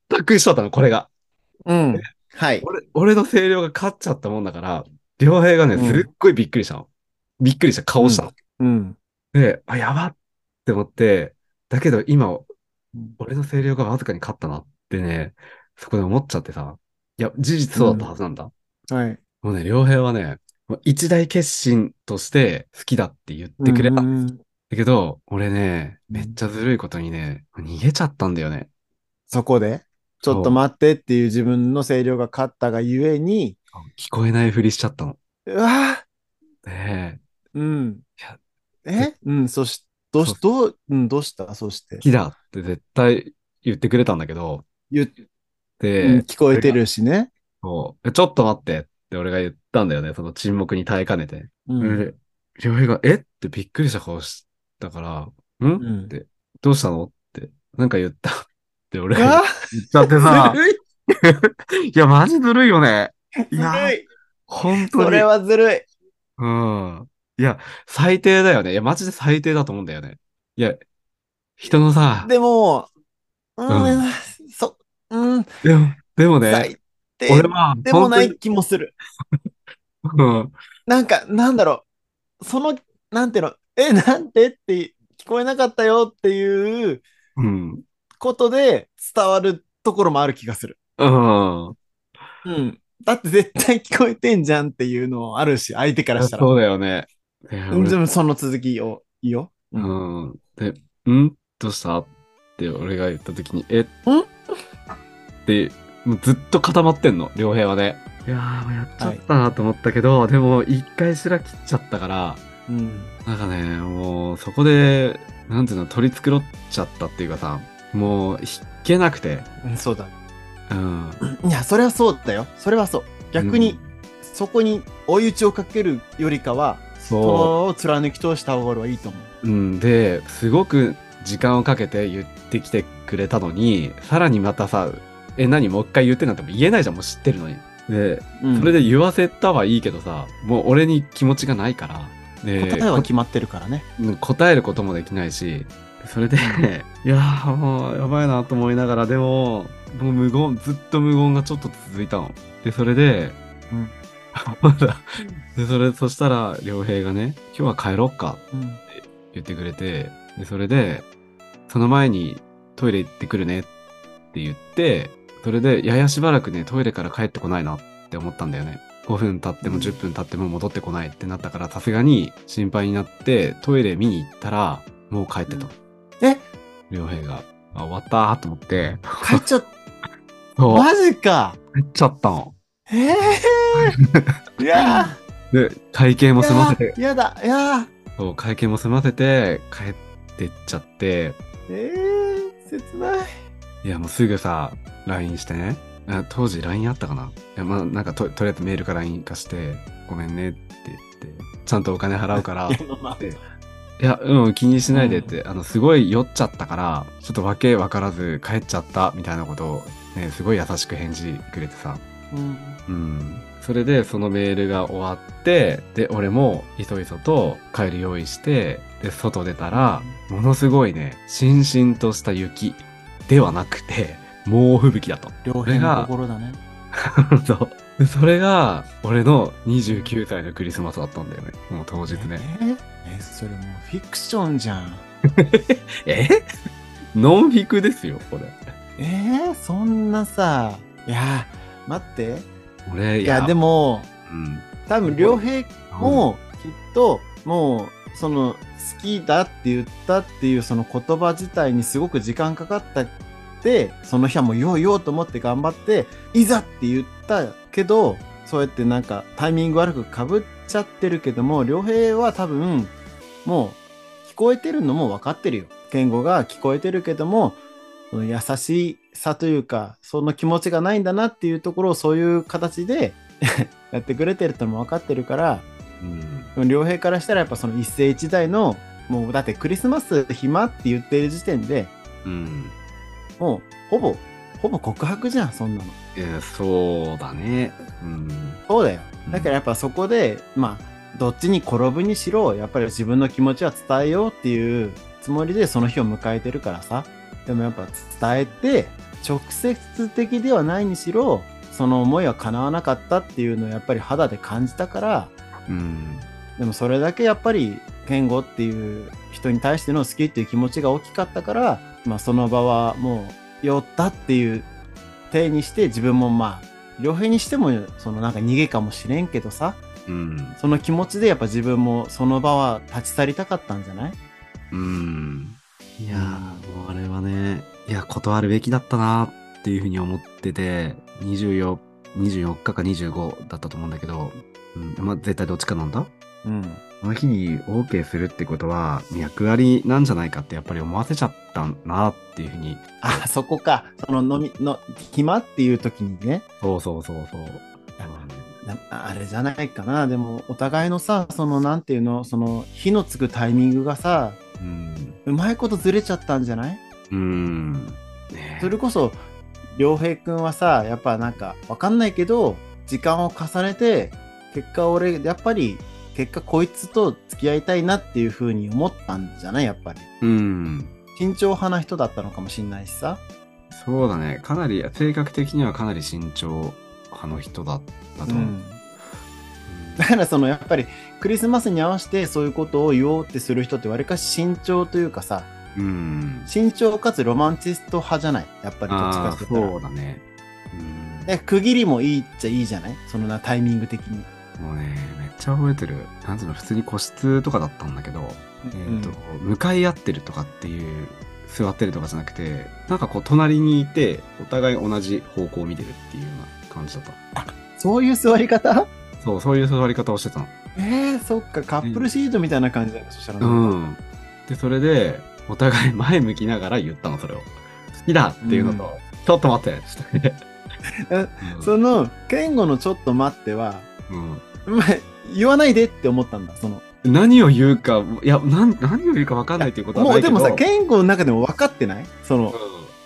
Speaker 2: 全く一緒だったの、これが。
Speaker 1: うん。はい。
Speaker 2: 俺、俺の声量が勝っちゃったもんだから、良平がね、
Speaker 1: うん
Speaker 2: すっごいびっくりしたの。びっくりした顔したの。
Speaker 1: うん。
Speaker 2: で、あ、やばって思って、だけど今、
Speaker 1: うん
Speaker 2: 俺の声量がわずかに勝ったなってね、そこで思っちゃってさ、いや、事実そうだったはずなんだ。
Speaker 1: はい。
Speaker 2: もうね、良平はね、もう一大決心として好きだって言ってくれ
Speaker 1: う
Speaker 2: た。だ
Speaker 1: ん
Speaker 2: けど、俺ね、
Speaker 1: うん
Speaker 2: めっちゃずるいことにね、逃げちゃったんだよね。
Speaker 1: そこで、ちょっと待ってっていう自分の声量が勝ったがゆえに、
Speaker 2: 聞こえないふりしちゃったの。
Speaker 1: うわ
Speaker 2: ね
Speaker 1: うん
Speaker 2: いや。
Speaker 1: えうん、そし、どうし、どう、うん、どうしたそして
Speaker 2: え好。きだって絶対言ってくれたんだけど、
Speaker 1: 言っ
Speaker 2: で、
Speaker 1: うん聞こえてるしね。
Speaker 2: そうえちょっと待ってって俺が言ったんだよね、その沈黙に耐えかねて。
Speaker 1: う
Speaker 2: それ
Speaker 1: ん。
Speaker 2: で良平が、えってびっくりした顔したから、ん
Speaker 1: [LAUGHS] うん
Speaker 2: でどうしたのって、なんか言ったって俺
Speaker 1: あ
Speaker 2: が言っちゃっ
Speaker 1: [LAUGHS]
Speaker 2: てさ、
Speaker 1: ずるい
Speaker 2: いや、マジずるいよね。い
Speaker 1: ず
Speaker 2: や、
Speaker 1: るい
Speaker 2: 本当に。
Speaker 1: それはずるい
Speaker 2: うん。いや、最低だよね。いや、マジで最低だと思うんだよね。いや、人のさ、
Speaker 1: でも、うん、
Speaker 2: う
Speaker 1: そ、うん、
Speaker 2: でも、でもね、
Speaker 1: 最低
Speaker 2: 俺は、
Speaker 1: でもな
Speaker 2: 本
Speaker 1: い気もする。
Speaker 2: 当に、うん
Speaker 1: なんか、なんだろう、その、なんていうの、え、なんてって聞こえなかったよっていう
Speaker 2: うん。
Speaker 1: ことで伝わるところもある気がする。
Speaker 2: うん。
Speaker 1: うん。だって絶対聞こえてんじゃんっていうのもあるし、相手からしたら。
Speaker 2: そうだよね。いや
Speaker 1: うん、
Speaker 2: 俺
Speaker 1: でもその続きを、いいよ。う。
Speaker 2: うんん。で、んどうしたって俺が言った時に、えんって、もうずっと固まってんの、両平はね。いやー、もうやっちゃったなと思ったけど、でも、一回しら切っちゃったから、
Speaker 1: うん。
Speaker 2: なんかね、もう、そこで、なんていうの、取り繕っちゃったっていうかさ、もう、引けなくて、
Speaker 1: うんそうだ。
Speaker 2: うん。
Speaker 1: いや、それはそうだよ。それはそう。逆に、そこに追い打ちをかけるよりかは、
Speaker 2: うん、
Speaker 1: そ
Speaker 2: そ
Speaker 1: こを貫き通した方がいいと思う。
Speaker 2: う。うん、で、すごく時間をかけて言ってきてくれたのに、さらにまたさ、え、何、もう一回言ってなんても言えないじゃん、もう知ってるのに。で、
Speaker 1: うん
Speaker 2: それで言わせたはいいけどさ、もう俺に気持ちがないから、で
Speaker 1: 答えは決まってるからね。
Speaker 2: うん答えることもできないし、それで、いやーもうやばいなと思いながら、でも、もう無言、ずっと無言がちょっと続いたの。で、それで、
Speaker 1: うん
Speaker 2: [LAUGHS] まだ、で、それ、そしたら、良平がね、今日は帰ろっか
Speaker 1: うん。
Speaker 2: 言ってくれて、で、それで、その前にトイレ行ってくるねって言って、それで、ややしばらくね、トイレから帰ってこないなって思ったんだよね。5分経っても10分経っても戻ってこないってなったから、さすがに心配になって、トイレ見に行ったら、もう帰ってた。
Speaker 1: え
Speaker 2: 両平が、あ、終わったーと思 [LAUGHS] って、
Speaker 1: 帰っち [LAUGHS] ゃっ
Speaker 2: そう、
Speaker 1: マジか
Speaker 2: 帰っちゃったの。
Speaker 1: ええー、 [LAUGHS] いやー
Speaker 2: で、会計も済ませ
Speaker 1: い
Speaker 2: て、
Speaker 1: やーやだいやー
Speaker 2: そう、会計も済ませて、帰ってっちゃって、
Speaker 1: えー、切ない
Speaker 2: いや、もうすぐさ、LINE してね。あ当時 LINE あったかないや、まあ、なんかと、とりあえずメールか LINE かして、ごめんねって言って、ちゃんとお金払うから、 [LAUGHS] い
Speaker 1: まあ
Speaker 2: や、うん、気にしないでって、あの、すごい酔っちゃったから、ちょっとわけわからず帰っちゃった、みたいなことを、ね、すごい優しく返事くれてさ。
Speaker 1: うん
Speaker 2: うん。それで、そのメールが終わって、で、俺も、いそいそと帰る用意して、で、外出たら、ものすごいね、しんしんとした雪ではなくて、猛吹雪だと。
Speaker 1: 両辺
Speaker 2: れ
Speaker 1: の
Speaker 2: が
Speaker 1: 心だね
Speaker 2: そう。でそれが、俺の29歳のクリスマスだったんだよね。もう当日ね。
Speaker 1: えーえーそれもうフィクションじゃん
Speaker 2: えノンフィクですよ、これ。
Speaker 1: えー、そんなさいやー待って
Speaker 2: 俺、
Speaker 1: いやで
Speaker 2: も、
Speaker 1: も
Speaker 2: うん。
Speaker 1: 多分両平
Speaker 2: も
Speaker 1: もきっともうその好きだって言ったっていうその言葉自体にすごく時間かかったってその日はもう言おう言おうと思って頑張っていざって言ったけどそうやってなんかタイミング悪くかぶっちゃってるけども良平は多分もう聞こえてるのも分かってるよ言語が聞こえてるけどもその優しさというかその気持ちがないんだなっていうところをそういう形でやってくれてるってのも分かってるから
Speaker 2: うん。
Speaker 1: でも良平からしたらやっぱその一世一代のもうだってクリスマス暇って言ってる時点で
Speaker 2: うん。
Speaker 1: もうほぼほぼ告白じゃんそんなの。
Speaker 2: いやそうだね。うん。
Speaker 1: そうだよ
Speaker 2: う。ん
Speaker 1: だからやっぱそこで、まあ、どっちに転ぶにしろ、やっぱり自分の気持ちは伝えようっていうつもりでその日を迎えてるからさ。でもやっぱ伝えて、直接的ではないにしろ、その思いは叶わなかったっていうのをやっぱり肌で感じたから、
Speaker 2: うん。
Speaker 1: でもそれだけやっぱり健吾っていう人に対しての好きっていう気持ちが大きかったから、まあ、その場はもう酔ったっていう体にして自分もまあ良平にしてもそのなんか逃げかもしれんけどさ
Speaker 2: うん。
Speaker 1: その気持ちでやっぱ自分もその場は立ち去りたかったんじゃない
Speaker 2: うん。いやー、もうあれはね、いや、断るべきだったなっていうふうに思ってて、24、24日か25だったと思うんだけど、うん、まあ、絶対どっちかなんだ
Speaker 1: うん
Speaker 2: その日に OK するってことは、役割なんじゃないかってやっぱり思わせちゃったなっていうふうに。
Speaker 1: あそこかその飲みの暇っていう時にね
Speaker 2: そうそうそうそう。
Speaker 1: なあれじゃないかなでもお互いのさそのなんていうのその火のつくタイミングがさ
Speaker 2: うん。
Speaker 1: うまいことずれちゃったんじゃない
Speaker 2: うん。ね
Speaker 1: それこそ良平くんはさやっぱなんかわかんないけど時間を重ねて結果俺やっぱり結果こいつと付き合いたいなっていう風に思ったんじゃないやっぱり
Speaker 2: うん。
Speaker 1: 慎重派な人だったのかもしんないしさ
Speaker 2: そうだね。かなり、性格的にはかなり慎重派の人だったと思う。うん
Speaker 1: だからそのやっぱりクリスマスに合わせてそういうことを言おうってする人ってわりかし慎重というかさ
Speaker 2: うん。
Speaker 1: 慎重かつロマンチスト派じゃないやっぱりどっちか
Speaker 2: あ
Speaker 1: って
Speaker 2: あ、
Speaker 1: 言った
Speaker 2: そう
Speaker 1: ら
Speaker 2: だね。うん。
Speaker 1: で区切りもいいっちゃいいじゃないそのなタイミング的に、
Speaker 2: もうね、めっちゃ覚えてる。なんつうの、普通に個室とかだったんだけど、えっ、と、向かい合ってるとかっていう、座ってるとかじゃなくて、なんかこう、隣にいて、お互い同じ方向を見てるっていうような感じだった。
Speaker 1: そういう座り方
Speaker 2: そう、そういう座り方をしてたの。
Speaker 1: えー、そっか、カップルシートみたいな感じだよ、そしたらね、
Speaker 2: うん。で、それで、お互い前向きながら言ったの、それを。好きだっていうのと、
Speaker 1: うん
Speaker 2: ちょっと待 [LAUGHS] って、ちょっとねうん
Speaker 1: その、健吾のちょっと待っては、
Speaker 2: うん
Speaker 1: まあ言わないでって思ったんだ、その。
Speaker 2: 何を言うか、いや、なん何を言うか分かんないっていうことは
Speaker 1: も
Speaker 2: な
Speaker 1: う
Speaker 2: いけ
Speaker 1: で
Speaker 2: ど。
Speaker 1: もさ、健吾の中でも分かってないその、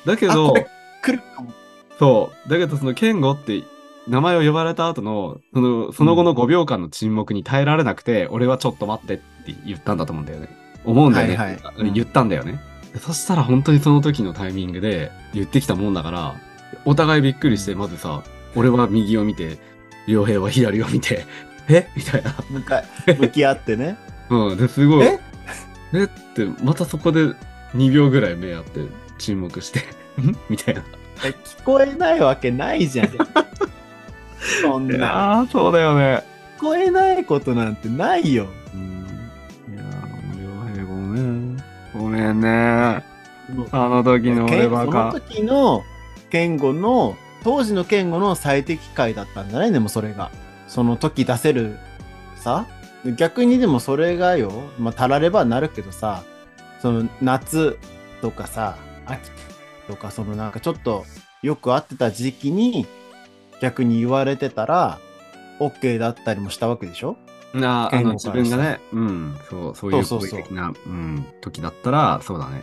Speaker 2: だけ
Speaker 1: あ
Speaker 2: ど
Speaker 1: こ、れ来るかも。
Speaker 2: そう。だけど、その、ケンゴって、名前を呼ばれた後の、その、その後の5秒間の沈黙に耐えられなくて、俺はちょっと待ってって言ったんだと思うんだよね。思うんだよね。
Speaker 1: はいはいうん
Speaker 2: 言ったんだよね。でそしたら本当にその時のタイミングで言ってきたもんだから、お互いびっくりして、まずさ、俺は右を見て、良平は左を見て、えみたいな。
Speaker 1: 向かい向き合ってね。
Speaker 2: うん。で、すごい。
Speaker 1: え
Speaker 2: えって、またそこで2秒ぐらい目合って沈黙して、ん [LAUGHS] みたいな。
Speaker 1: え聞こえないわけない
Speaker 2: [LAUGHS]
Speaker 1: じゃん。そんな。
Speaker 2: あ、そうだよね。
Speaker 1: 聞こえないことなんてないよ。
Speaker 2: うんいやー、俺はごめん。ごめんね。あの時の
Speaker 1: け
Speaker 2: 俺
Speaker 1: ん
Speaker 2: ば
Speaker 1: その
Speaker 2: か。
Speaker 1: 時の健吾の当時の健吾の最適解だったんじゃないでもそれがその時出せるさ逆にでもそれがよまあたらればなるけどさその夏とかさ秋とかそのなんかちょっとよく会ってた時期に逆に言われてたら OK だったりもしたわけでしょ
Speaker 2: ああ
Speaker 1: 健吾
Speaker 2: の自
Speaker 1: から
Speaker 2: 分がね、うん、そう、そういう
Speaker 1: そう
Speaker 2: 行
Speaker 1: そう
Speaker 2: 為
Speaker 1: そう
Speaker 2: 的な、うん、時だったら、そうだね。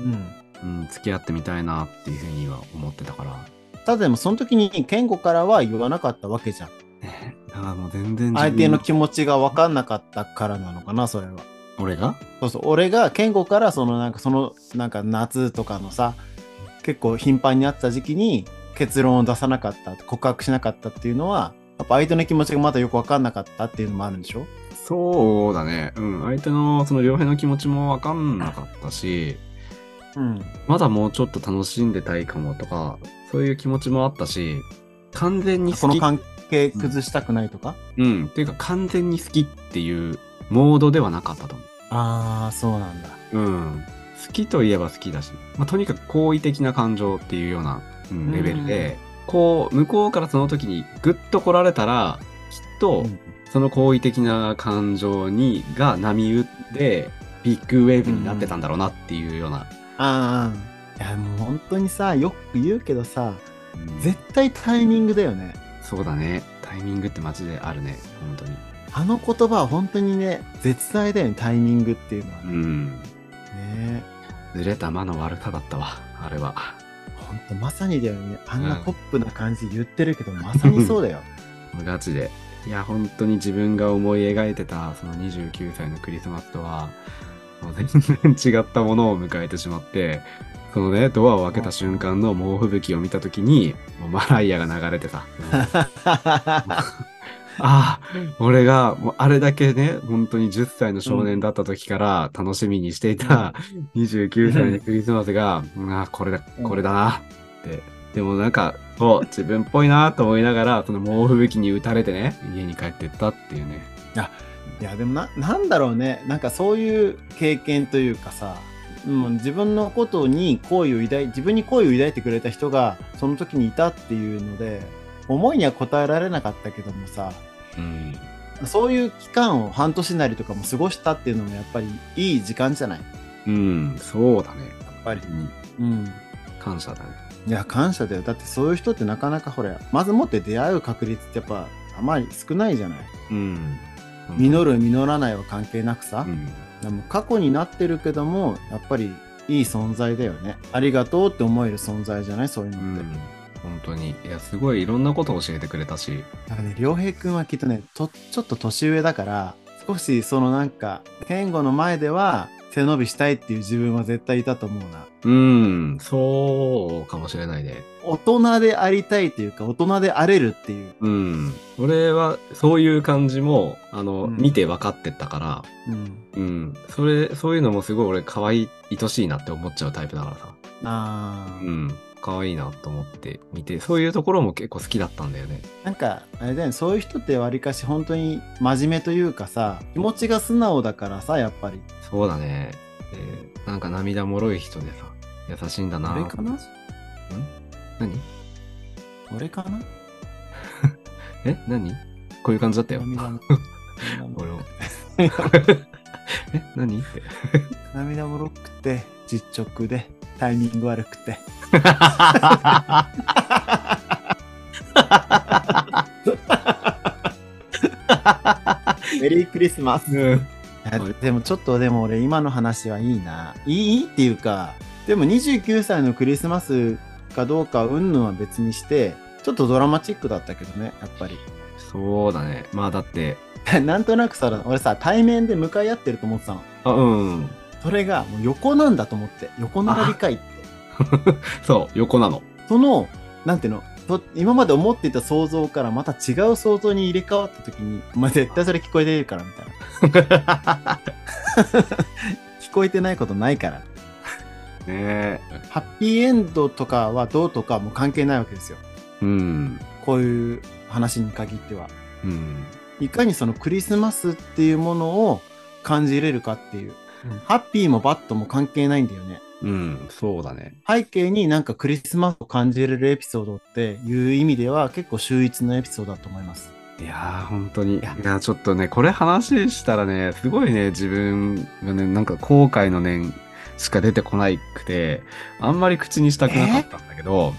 Speaker 1: うん
Speaker 2: うん、付き合ってみたいなっていうふうには思ってたから。
Speaker 1: ただでもその時に健吾からは言わなかったわけじゃん
Speaker 2: ねだからもう全然自分
Speaker 1: 相手の気持ちが分かんなかったからなのかなそれは
Speaker 2: 俺が
Speaker 1: そうそう、俺が健吾からそのなんかそのなんか夏とかのさ、結構頻繁にあった時期に結論を出さなかった、告白しなかったっていうのは、やっぱ相手の気持ちがまだよくわかんなかったっていうのもあるんでしょ
Speaker 2: そうだね。うん、相手のその両辺の気持ちもわかんなかったし、
Speaker 1: うん。
Speaker 2: まだもうちょっと楽しんでたいかもとか、そういう気持ちもあったし、完全に好き
Speaker 1: この関係崩したくないとか、
Speaker 2: うん。っていうか、完全に好きっていうモードではなかったと思
Speaker 1: ああ、そうなんだ。
Speaker 2: う。うん。好きといえば好きだし、まあ、とにかく好意的な感情っていうような、うん、レベルで、こう、向こうからその時にグッと来られたら、きっと、その好意的な感情に、が波打って、ビッグウェーブになってたんだろうなっていうような。
Speaker 1: ああ。いや、もう本当にさ、よく言うけどさ、
Speaker 2: うん
Speaker 1: 絶対タイミングだよね。
Speaker 2: そうだね。タイミングってマジであるね。本当に。
Speaker 1: あの言葉は本当にね、絶大だよね、タイミングっていうのは
Speaker 2: う
Speaker 1: ね。
Speaker 2: ん。
Speaker 1: ね
Speaker 2: ずれた間の悪さだったわ。あれは。
Speaker 1: ほんとまさにだよね。あんな
Speaker 2: うん
Speaker 1: ポップな感じ言ってるけど、まさにそうだよ。
Speaker 2: ガチで。いや、本当に自分が思い描いてた、その29歳のクリスマスとは、もう全然違ったものを迎えてしまって、そのね、ドアを開けた瞬間の猛吹雪を見たときに、もうマライアが流れてた。ああ、俺が、もうあれだけね、本当に10歳の少年だった時から楽しみにしていた29歳のクリスマスが、うんああ、これだ、これだなって。でもなんか、そう、自分っぽいなと思いながら、その猛吹雪に打たれてね、家に帰ってったっていうね。
Speaker 1: [LAUGHS] いやでもななんだろうねなんかそういう経験というかさもう自分のことに好意を抱い自分に好意を抱いてくれた人がその時にいたっていうので思いには応えられなかったけどもさ
Speaker 2: うん。
Speaker 1: そういう期間を半年なりとかも過ごしたっていうのもやっぱりいい時間じゃない
Speaker 2: うん、そうだね。やっ
Speaker 1: ぱり。
Speaker 2: に
Speaker 1: うん
Speaker 2: 感謝だね。
Speaker 1: いや感謝だよだってそういう人ってなかなかほらまずもって出会う確率ってやっぱあまり少ないじゃない
Speaker 2: うん。
Speaker 1: 実る実らないは関係なくさ、
Speaker 2: うん。
Speaker 1: でも過去になってるけどもやっぱりいい存在だよねありがとうって思える存在じゃないそういう
Speaker 2: う
Speaker 1: のって、
Speaker 2: ん。本当に。いや、すごいいろんなことを教えてくれたし。
Speaker 1: なんかね良平君はきっとねとちょっと年上だから少しそのなんか健吾の前では背伸びしたいっていう自分は絶対いたと思うな
Speaker 2: うん、そうかもしれないね。
Speaker 1: 大人でありたいというか大人であれるっていう、
Speaker 2: うん。俺は、そういう感じも、あの、
Speaker 1: うん
Speaker 2: 見て分かってったから、
Speaker 1: うん、
Speaker 2: うん。それ、そういうのもすごい俺、可愛い、愛しいなって思っちゃうタイプだからさ。
Speaker 1: あー、
Speaker 2: うん。可愛いなと思って見て、そういうところも結構好きだったんだよね。
Speaker 1: なんかあれだよねそういう人ってわりかし本当に真面目というかさ気持ちが素直だからさやっぱり
Speaker 2: そうだね。でなんか涙もろい人でさ、優しいんだな。
Speaker 1: 俺かなん
Speaker 2: 何
Speaker 1: 俺かな
Speaker 2: え何こういう感じだったよ。
Speaker 1: 涙も
Speaker 2: 俺も。 [LAUGHS] え何って。
Speaker 1: [LAUGHS] 涙もろくて実直でタイミング悪くて
Speaker 2: [LAUGHS]
Speaker 1: [LAUGHS] メリークリスマスでもちょっとでも俺今の話はいいないいっていうかでも29歳のクリスマスかどうかうんぬんは別にしてちょっとドラマチックだったけどねやっぱり [LAUGHS]
Speaker 2: そうだね。まあだって、
Speaker 1: なんとなくさ俺さ対面で向かい合ってると思ってたの
Speaker 2: あ、うん。
Speaker 1: それがもう横なんだと思って横並びかいって
Speaker 2: そう、横なの。
Speaker 1: その、なんていうの、と今まで思っていた想像からまた違う想像に入れ替わった時に、お前絶対それ聞こえてるから、みたいな。 [LAUGHS] 聞こえてないことないから。
Speaker 2: ねえ。
Speaker 1: ハッピーエンドとかはどうとかはもう関係ないわけですよ。
Speaker 2: うん。
Speaker 1: こういう話に限っては。
Speaker 2: うん。
Speaker 1: いかにそのクリスマスっていうものを感じれるかっていう。ハッピーもバッドも関係ないんだよね。
Speaker 2: うん、そうだね。
Speaker 1: 背景になんかクリスマスを感じれるエピソードっていう意味では結構秀逸なエピソードだと思います。
Speaker 2: いやー、本当に。いや、ちょっとね、これ話したらね、すごいね、自分がね、なんか後悔の念しか出てこないくて、あんまり口にしたくなかったんだけど、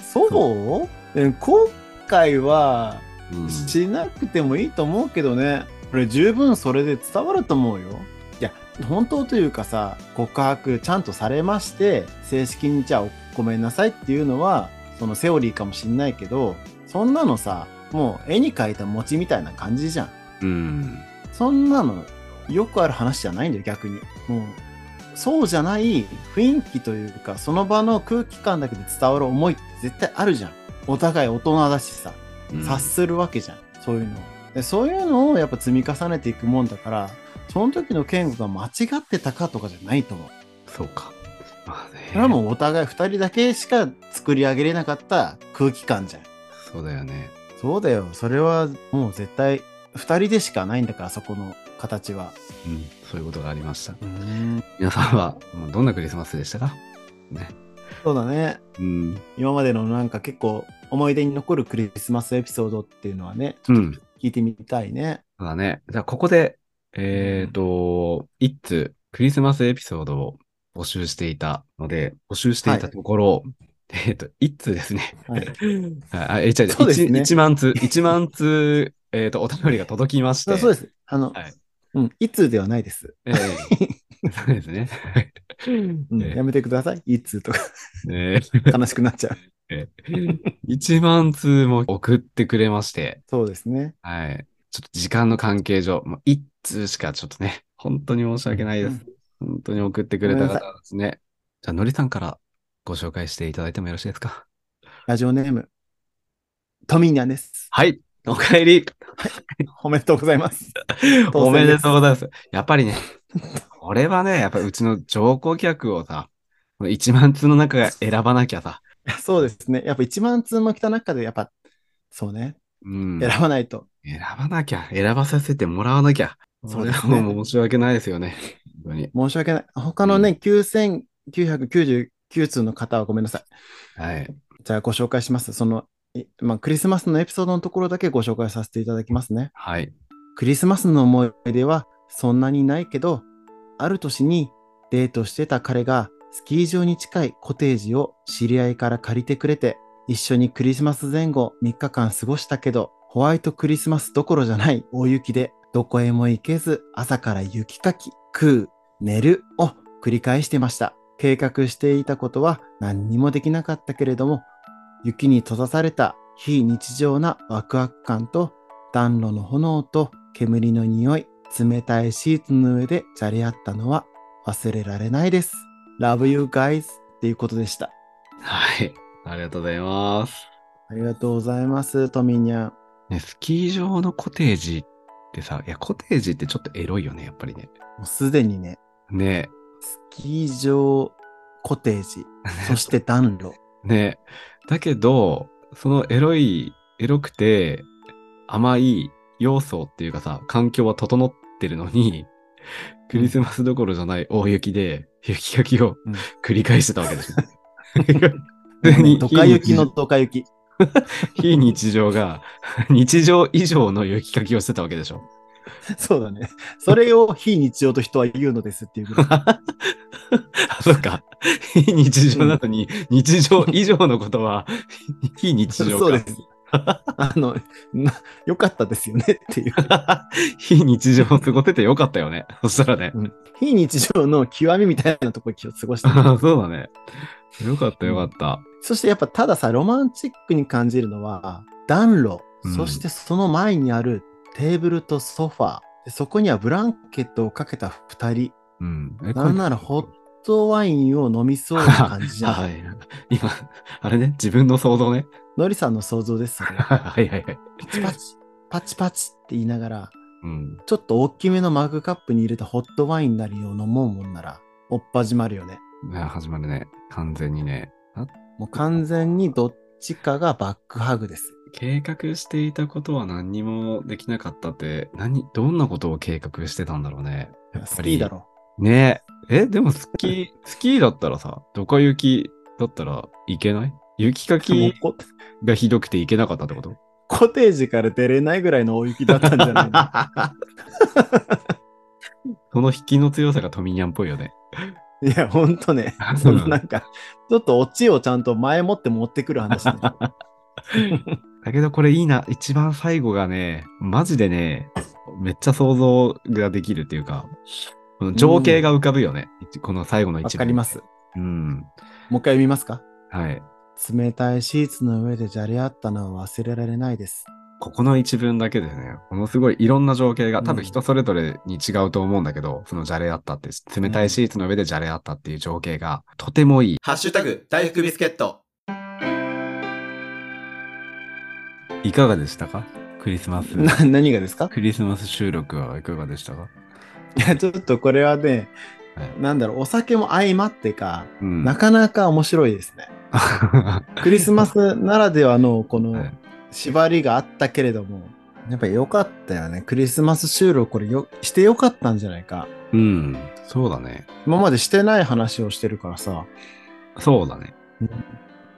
Speaker 1: そうえ後悔は
Speaker 2: うん
Speaker 1: しなくてもいいと思うけどね、これ十分それで伝わると思うよいや本当というかさ告白ちゃんとされまして正式にじゃあごめんなさいっていうのはそのセオリーかもしんないけどそんなのさもう絵に描いた餅みたいな感じじゃん
Speaker 2: うん。
Speaker 1: そんなのよくある話じゃないんだよ逆にもうそうじゃない雰囲気というかその場の空気感だけで伝わる思いって絶対あるじゃんお互い大人だしさ
Speaker 2: うん
Speaker 1: 察するわけじゃん、そういうのをでそういうのをやっぱ積み重ねていくもんだからその時の健吾が間違ってたかとかじゃないと思う
Speaker 2: そうか。まあね。
Speaker 1: それはもうお互い2人だけしか作り上げれなかった空気感じゃん
Speaker 2: そうだよね。
Speaker 1: そうだよそれはもう絶対2人でしかないんだからそこの形は
Speaker 2: うん。そういうことがありました。
Speaker 1: うん
Speaker 2: 皆さんは、まあどんなクリスマスでしたかね。
Speaker 1: そうだね。
Speaker 2: うん。
Speaker 1: 今までのなんか結構思い出に残るクリスマスエピソードっていうのはね、ち
Speaker 2: う
Speaker 1: ょっと
Speaker 2: ん。
Speaker 1: 聞いてみたいね。
Speaker 2: そうだね。じゃあ、ここで、えっ、と、いつ、クリスマスエピソードを募集していたので、募集していたところ、えっ、と、いつですね。
Speaker 1: はい。
Speaker 2: あ、あえ違う違う
Speaker 1: そうですね
Speaker 2: 一一万通、一万通、えっ、と、お便りが届きまし
Speaker 1: [LAUGHS] そ
Speaker 2: て。
Speaker 1: うそうです。あの、
Speaker 2: はい
Speaker 1: うん、いつではないです。[LAUGHS]
Speaker 2: ええそうですね。はい
Speaker 1: うん
Speaker 2: ええ
Speaker 1: やめてください。いつとか
Speaker 2: え [LAUGHS]
Speaker 1: 悲しくなっちゃう。
Speaker 2: え一万通も送ってくれまして、
Speaker 1: そうですね。
Speaker 2: はい。ちょっと時間の関係上、もう一通しかちょっとね、本当に申し訳ないです。本当に送ってくれた方ですね。じゃあ、のりさんからご紹介していただいてもよろしいですか
Speaker 1: ラジオネーム、トミーニャンです。
Speaker 2: はい。おかえり。
Speaker 1: おめでとうございます。
Speaker 2: [LAUGHS] おめでとうございます。やっぱりね、これはね、やっぱうちの乗降客をさ、この1万通の中が選ばなきゃさ、
Speaker 1: そうですね。やっぱ1万通も来た中で、やっぱ、そうね。
Speaker 2: うん。
Speaker 1: 選ばないと。
Speaker 2: 選ばなきゃ、選ばさせてもらわなきゃ。
Speaker 1: そ
Speaker 2: そうれ
Speaker 1: ですね
Speaker 2: はもう申し訳ないですよね。本当に。
Speaker 1: 申し訳ない。他のね、9999通の方はごめんなさい。
Speaker 2: はい。
Speaker 1: じゃあご紹介します。その、いまあ、クリスマスのエピソードのところだけご紹介させていただきますね。
Speaker 2: はい。
Speaker 1: クリスマスの思い出はそんなにないけど、ある年にデートしてた彼がスキー場に近いコテージを知り合いから借りてくれて、一緒にクリスマス前後3日間過ごしたけど、ホワイトクリスマスどころじゃない大雪で、どこへも行けず朝から雪かき、食う、寝るを繰り返してました。計画していたことは何にもできなかったけれども、雪に閉ざされた非日常なワクワク感と暖炉の炎と煙の匂い、冷たいシーツの上でじゃれ合ったのは忘れられないです。Love you guys っていうことでした。
Speaker 2: はい。ありがとうございます。
Speaker 1: ありがとうございます、トミニャン。
Speaker 2: ね、スキー場のコテージってさ、いや、コテージってちょっとエロいよね、やっぱりね。
Speaker 1: もうすでにね、
Speaker 2: ね
Speaker 1: スキー場、コテー
Speaker 2: [LAUGHS]
Speaker 1: ジ、 [LAUGHS] そして暖炉。
Speaker 2: え、ねえ。だけど、そのエロい、エロくて甘い要素っていうかさ、環境は整ってるのに、クリスマスどころじゃない大雪で、雪かきを
Speaker 1: うん
Speaker 2: 繰り返してたわけ
Speaker 1: [LAUGHS]
Speaker 2: でしょ。
Speaker 1: もうねドカ雪のドカ雪。
Speaker 2: 非日常が、日常以上の雪かきをしてたわけでしょ。
Speaker 1: そうだね。それを非日常と人は言うのですっていうぐらい。
Speaker 2: あ、そっか。非日常なのに、日常以上のことは、 [LAUGHS] 非 [LAUGHS] 日常か。
Speaker 1: そうです。あの、な良かったですよねっていう。
Speaker 2: [LAUGHS] 非日常を過ごせてよかったよね。そしたらね。
Speaker 1: 非日常の極みみたいなところを過ごして
Speaker 2: あそうだね。よかったよかった。
Speaker 1: そしてやっぱたださ、ロマンチックに感じるのは、暖炉
Speaker 2: うん、
Speaker 1: そしてその前にあるテーブルとソファー、でそこにはブランケットをかけた二人、
Speaker 2: うん。え
Speaker 1: なんならホットワインを飲みそうな感じじゃ
Speaker 2: は [LAUGHS]
Speaker 1: ん。
Speaker 2: い。今、あれね、自分の想像
Speaker 1: [LAUGHS]
Speaker 2: ね。
Speaker 1: のりさんの想像です、そ
Speaker 2: [LAUGHS]
Speaker 1: れ。
Speaker 2: はいはいはい。
Speaker 1: パチパチ、パチパチって言いながら、
Speaker 2: うん。
Speaker 1: ちょっと大きめのマグカップに入れたホットワインなりを飲もうもんなら、おっ始まるよね。
Speaker 2: いや始まるね。完全にね。
Speaker 1: もう完全にどっちかがバックハグです。
Speaker 2: 計画していたことは何にもできなかったって、何、どんなことを計画してたんだろうね。やっ
Speaker 1: ス
Speaker 2: ぱ
Speaker 1: キー
Speaker 2: り。
Speaker 1: だろ。
Speaker 2: ねえ。え、でもスキー、スキーだったらさ、どか雪だったらいけない雪か
Speaker 1: もう
Speaker 2: き
Speaker 1: こ
Speaker 2: がひどくていけなかったって [LAUGHS] こと
Speaker 1: コテージから出れないぐらいの大雪だったんじゃないの
Speaker 2: その引きの強さがトミニャンっぽいよね。 [LAUGHS]
Speaker 1: いや、ほんとね。そのなんか、ちょっとオチをちゃんと前もって持ってくる
Speaker 2: [LAUGHS]
Speaker 1: 話ね。
Speaker 2: だけどこれいいな。一番最後がね、マジでね、めっちゃ想像ができるっていうか、この情景が浮かぶよね。この最後の一
Speaker 1: わ
Speaker 2: 番。
Speaker 1: かります。。
Speaker 2: う
Speaker 1: も
Speaker 2: ん。
Speaker 1: う一回読みますか
Speaker 2: はい。
Speaker 1: 冷たいシーツの上でじゃれ合ったのは忘れられないです。
Speaker 2: ここの一文だけでね、ものすごいいろんな情景
Speaker 1: う
Speaker 2: が、
Speaker 1: ん
Speaker 2: 多分人それぞれに違うと思うんだけど、そのじゃれ合ったって、冷たいシーツの上でじゃれ合ったっていう情景が、とてもいい。
Speaker 3: ハッシュタグ、大福ビスケット。
Speaker 2: いかがでしたかクリスマス
Speaker 1: な、何がですか
Speaker 2: クリスマス収録はいかがでしたか、
Speaker 1: いや、ちょっとこれはね、
Speaker 2: はい
Speaker 1: なんだろう、お酒も相まってか、
Speaker 2: うん [LAUGHS]
Speaker 1: なかなか面白いですね。クリスマスならではのこの
Speaker 2: はい
Speaker 1: 縛りがあったけれども、やっぱ良かったよね。クリスマス収録これよして良かったんじゃないか。
Speaker 2: うん、そうだね。
Speaker 1: 今までしてない話をしてるからさ、
Speaker 2: そうだね。
Speaker 1: だか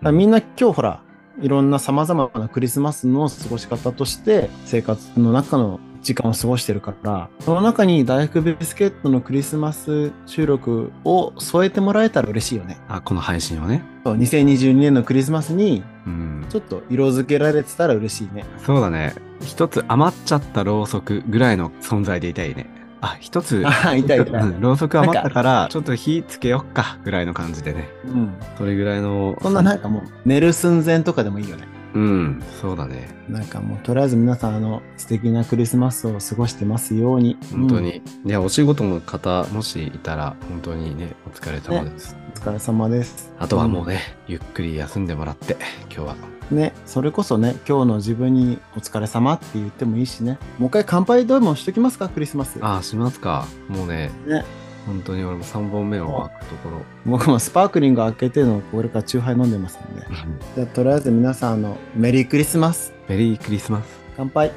Speaker 1: らみんな今日ほら、いろんな様々なクリスマスの過ごし方として生活の中の時間を過ごしてるから、その中に大福ビスケットのクリスマス収録を添えてもらえたら嬉しいよね。
Speaker 2: あ、この配信をね。
Speaker 1: そう2022年のクリスマスに
Speaker 2: うん。
Speaker 1: ちょっと色づけられてたら嬉しいね。
Speaker 2: そうだね。一つ余っちゃったろうそくぐらいの存在でいたいね。あ、一つ。
Speaker 1: あ [LAUGHS] あ、痛い痛い。
Speaker 2: [LAUGHS] うんろうそく余ったか
Speaker 1: なん
Speaker 2: ら
Speaker 1: か、
Speaker 2: ちょっと火つけよっか、ぐらいの感じでね。
Speaker 1: うん。
Speaker 2: それぐらいの。
Speaker 1: そんななんかもう [LAUGHS] 寝る寸前とかでもいいよね。
Speaker 2: うん、そうだね。
Speaker 1: なんかもうとりあえず皆さんあの素敵なクリスマスを過ごしてますように。
Speaker 2: 本当
Speaker 1: うん
Speaker 2: に。ね、お仕事の方、もしいたら、本当にね、お疲れ様です。
Speaker 1: お疲れ様です。
Speaker 2: あとはもうね、ゆっくり休んでもらって、今日は。
Speaker 1: ね、それこそね、今日の自分にお疲れ様って言ってもいいしね。もう一回乾杯どうもしときますか、クリスマス。
Speaker 2: ああ、しますか。もうね、
Speaker 1: ね
Speaker 2: 本当に俺も3本目を開くところ。
Speaker 1: 僕もスパークリング開けての、これからチューハイ飲んでますんで。じゃあ、とりあえず皆さん、あの、メリークリスマス。
Speaker 2: メリークリスマス。
Speaker 1: 乾杯。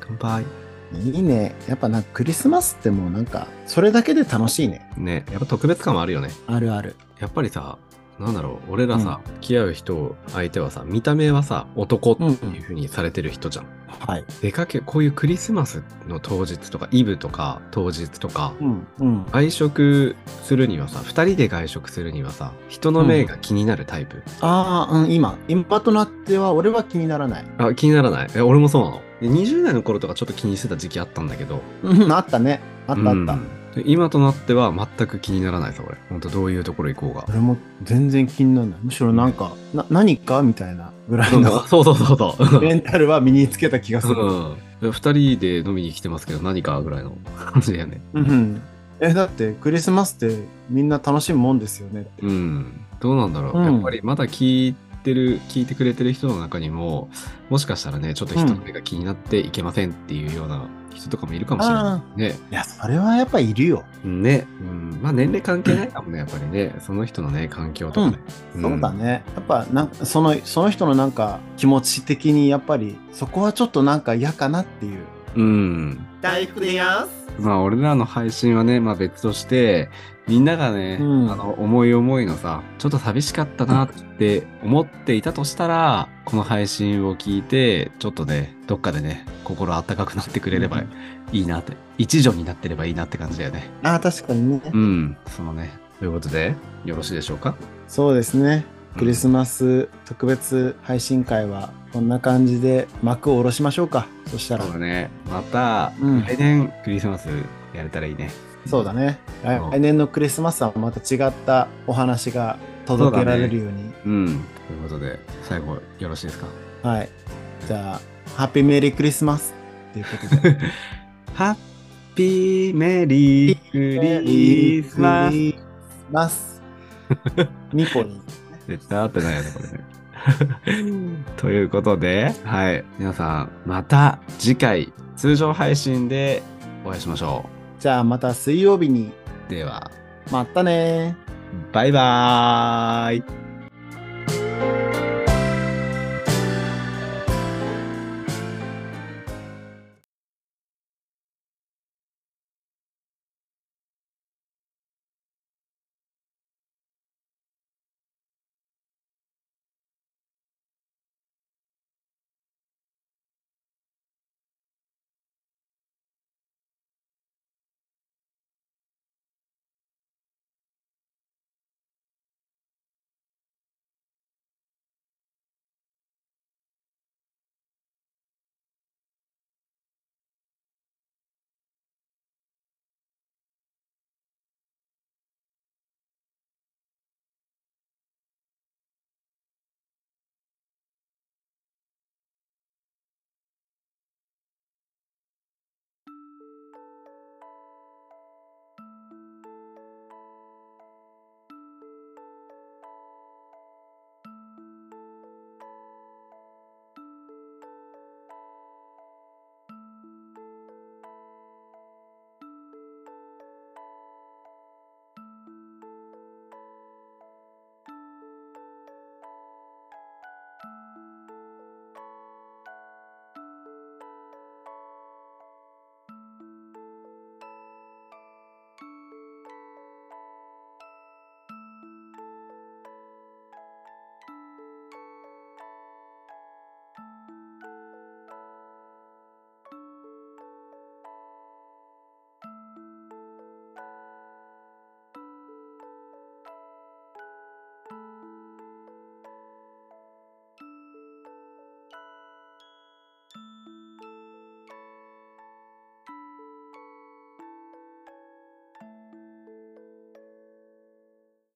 Speaker 2: 乾杯。
Speaker 1: いいね。やっぱなんかクリスマスってもうなんか、それだけで楽しいね。
Speaker 2: ね、やっぱ特別感もあるよね。
Speaker 1: あるある。
Speaker 2: やっぱりさ、なんだろう、俺らさ、付き合う人、相手はさ、見た目はさ、男っていう風にされてる人じゃん。
Speaker 1: はい。
Speaker 2: 出かけ、こういうクリスマスの当日とか、イブとか、当日とか、
Speaker 1: うん。うん。
Speaker 2: 外食するにはさ、二人で外食するにはさ、人の目が気になるタイプ。
Speaker 1: ああ、うん、今。今となっては、俺は気にならない。
Speaker 2: あ、気にならない。え、俺もそうなの。で20代の頃とかちょっと気にしてた時期あったんだけど、
Speaker 1: うん、あったね。あったあった。
Speaker 2: うんで今となっては全く気にならないさ、俺。ほんとどういうところ行こうが。
Speaker 1: 俺も全然気にならない。むしろなんか、な何かみたいなぐらいの。
Speaker 2: [LAUGHS] そうそうそうそ
Speaker 1: [LAUGHS]
Speaker 2: う。
Speaker 1: レンタルは身につけた気がする。
Speaker 2: うん、2人で飲みに来てますけど何かぐらいの感じだよね
Speaker 1: うんえ、だってクリスマスってみんな楽しむもんですよねって。
Speaker 2: うんどうなんだろう、
Speaker 1: うん
Speaker 2: やっぱりまだ聞いてる聞いてくれてる人の中にももしかしたらねちょっと人の目が気になっていけませんっていうような人とかもいるかもしれないね、
Speaker 1: いや、それはやっぱいるよ。
Speaker 2: ね、うん、まあ年齢関係ないかもねやっぱりねその人のね環境とかね、ん
Speaker 1: そうだね。やっぱなんかその、その人のなんか気持ち的にやっぱりそこはちょっとなんか嫌かなっていう。
Speaker 2: うん
Speaker 3: 大福でやんす。
Speaker 2: まあ俺らの配信はね、まあ別として、みんながね、
Speaker 1: うん
Speaker 2: あの思い思いのさ、ちょっと寂しかったなって思っていたとしたら、この配信を聞いて、ちょっとね、どっかでね、心温かくなってくれればいいなって、一助になってればいいなって感じだよね。
Speaker 1: ああ、確かにね。
Speaker 2: うん、そのね。ということで、よろしいでしょうか
Speaker 1: そうですね。クリスマス特別配信会はこんな感じで幕を下ろしましょうか。そしたら
Speaker 2: そう。だね。また、
Speaker 1: うん
Speaker 2: 来年クリスマスやれたらいいね。
Speaker 1: そうだね。来
Speaker 2: うん
Speaker 1: 来年のクリスマスはまた違ったお話が届けられるように。
Speaker 2: うん。ということで、最後よろしいですか
Speaker 1: はい。じゃあ、ハッピーメリークリスマスっていうことで。
Speaker 2: ハッピーメリークリスマス。
Speaker 1: ス。マス。ニコに。
Speaker 2: 絶対合ってないよね、これね。ということで、はい。皆さん、また次回、通常配信でお会いしましょ
Speaker 1: じゃあ、また水曜日に。
Speaker 2: う。では、
Speaker 1: またねー。
Speaker 2: バイバーイ。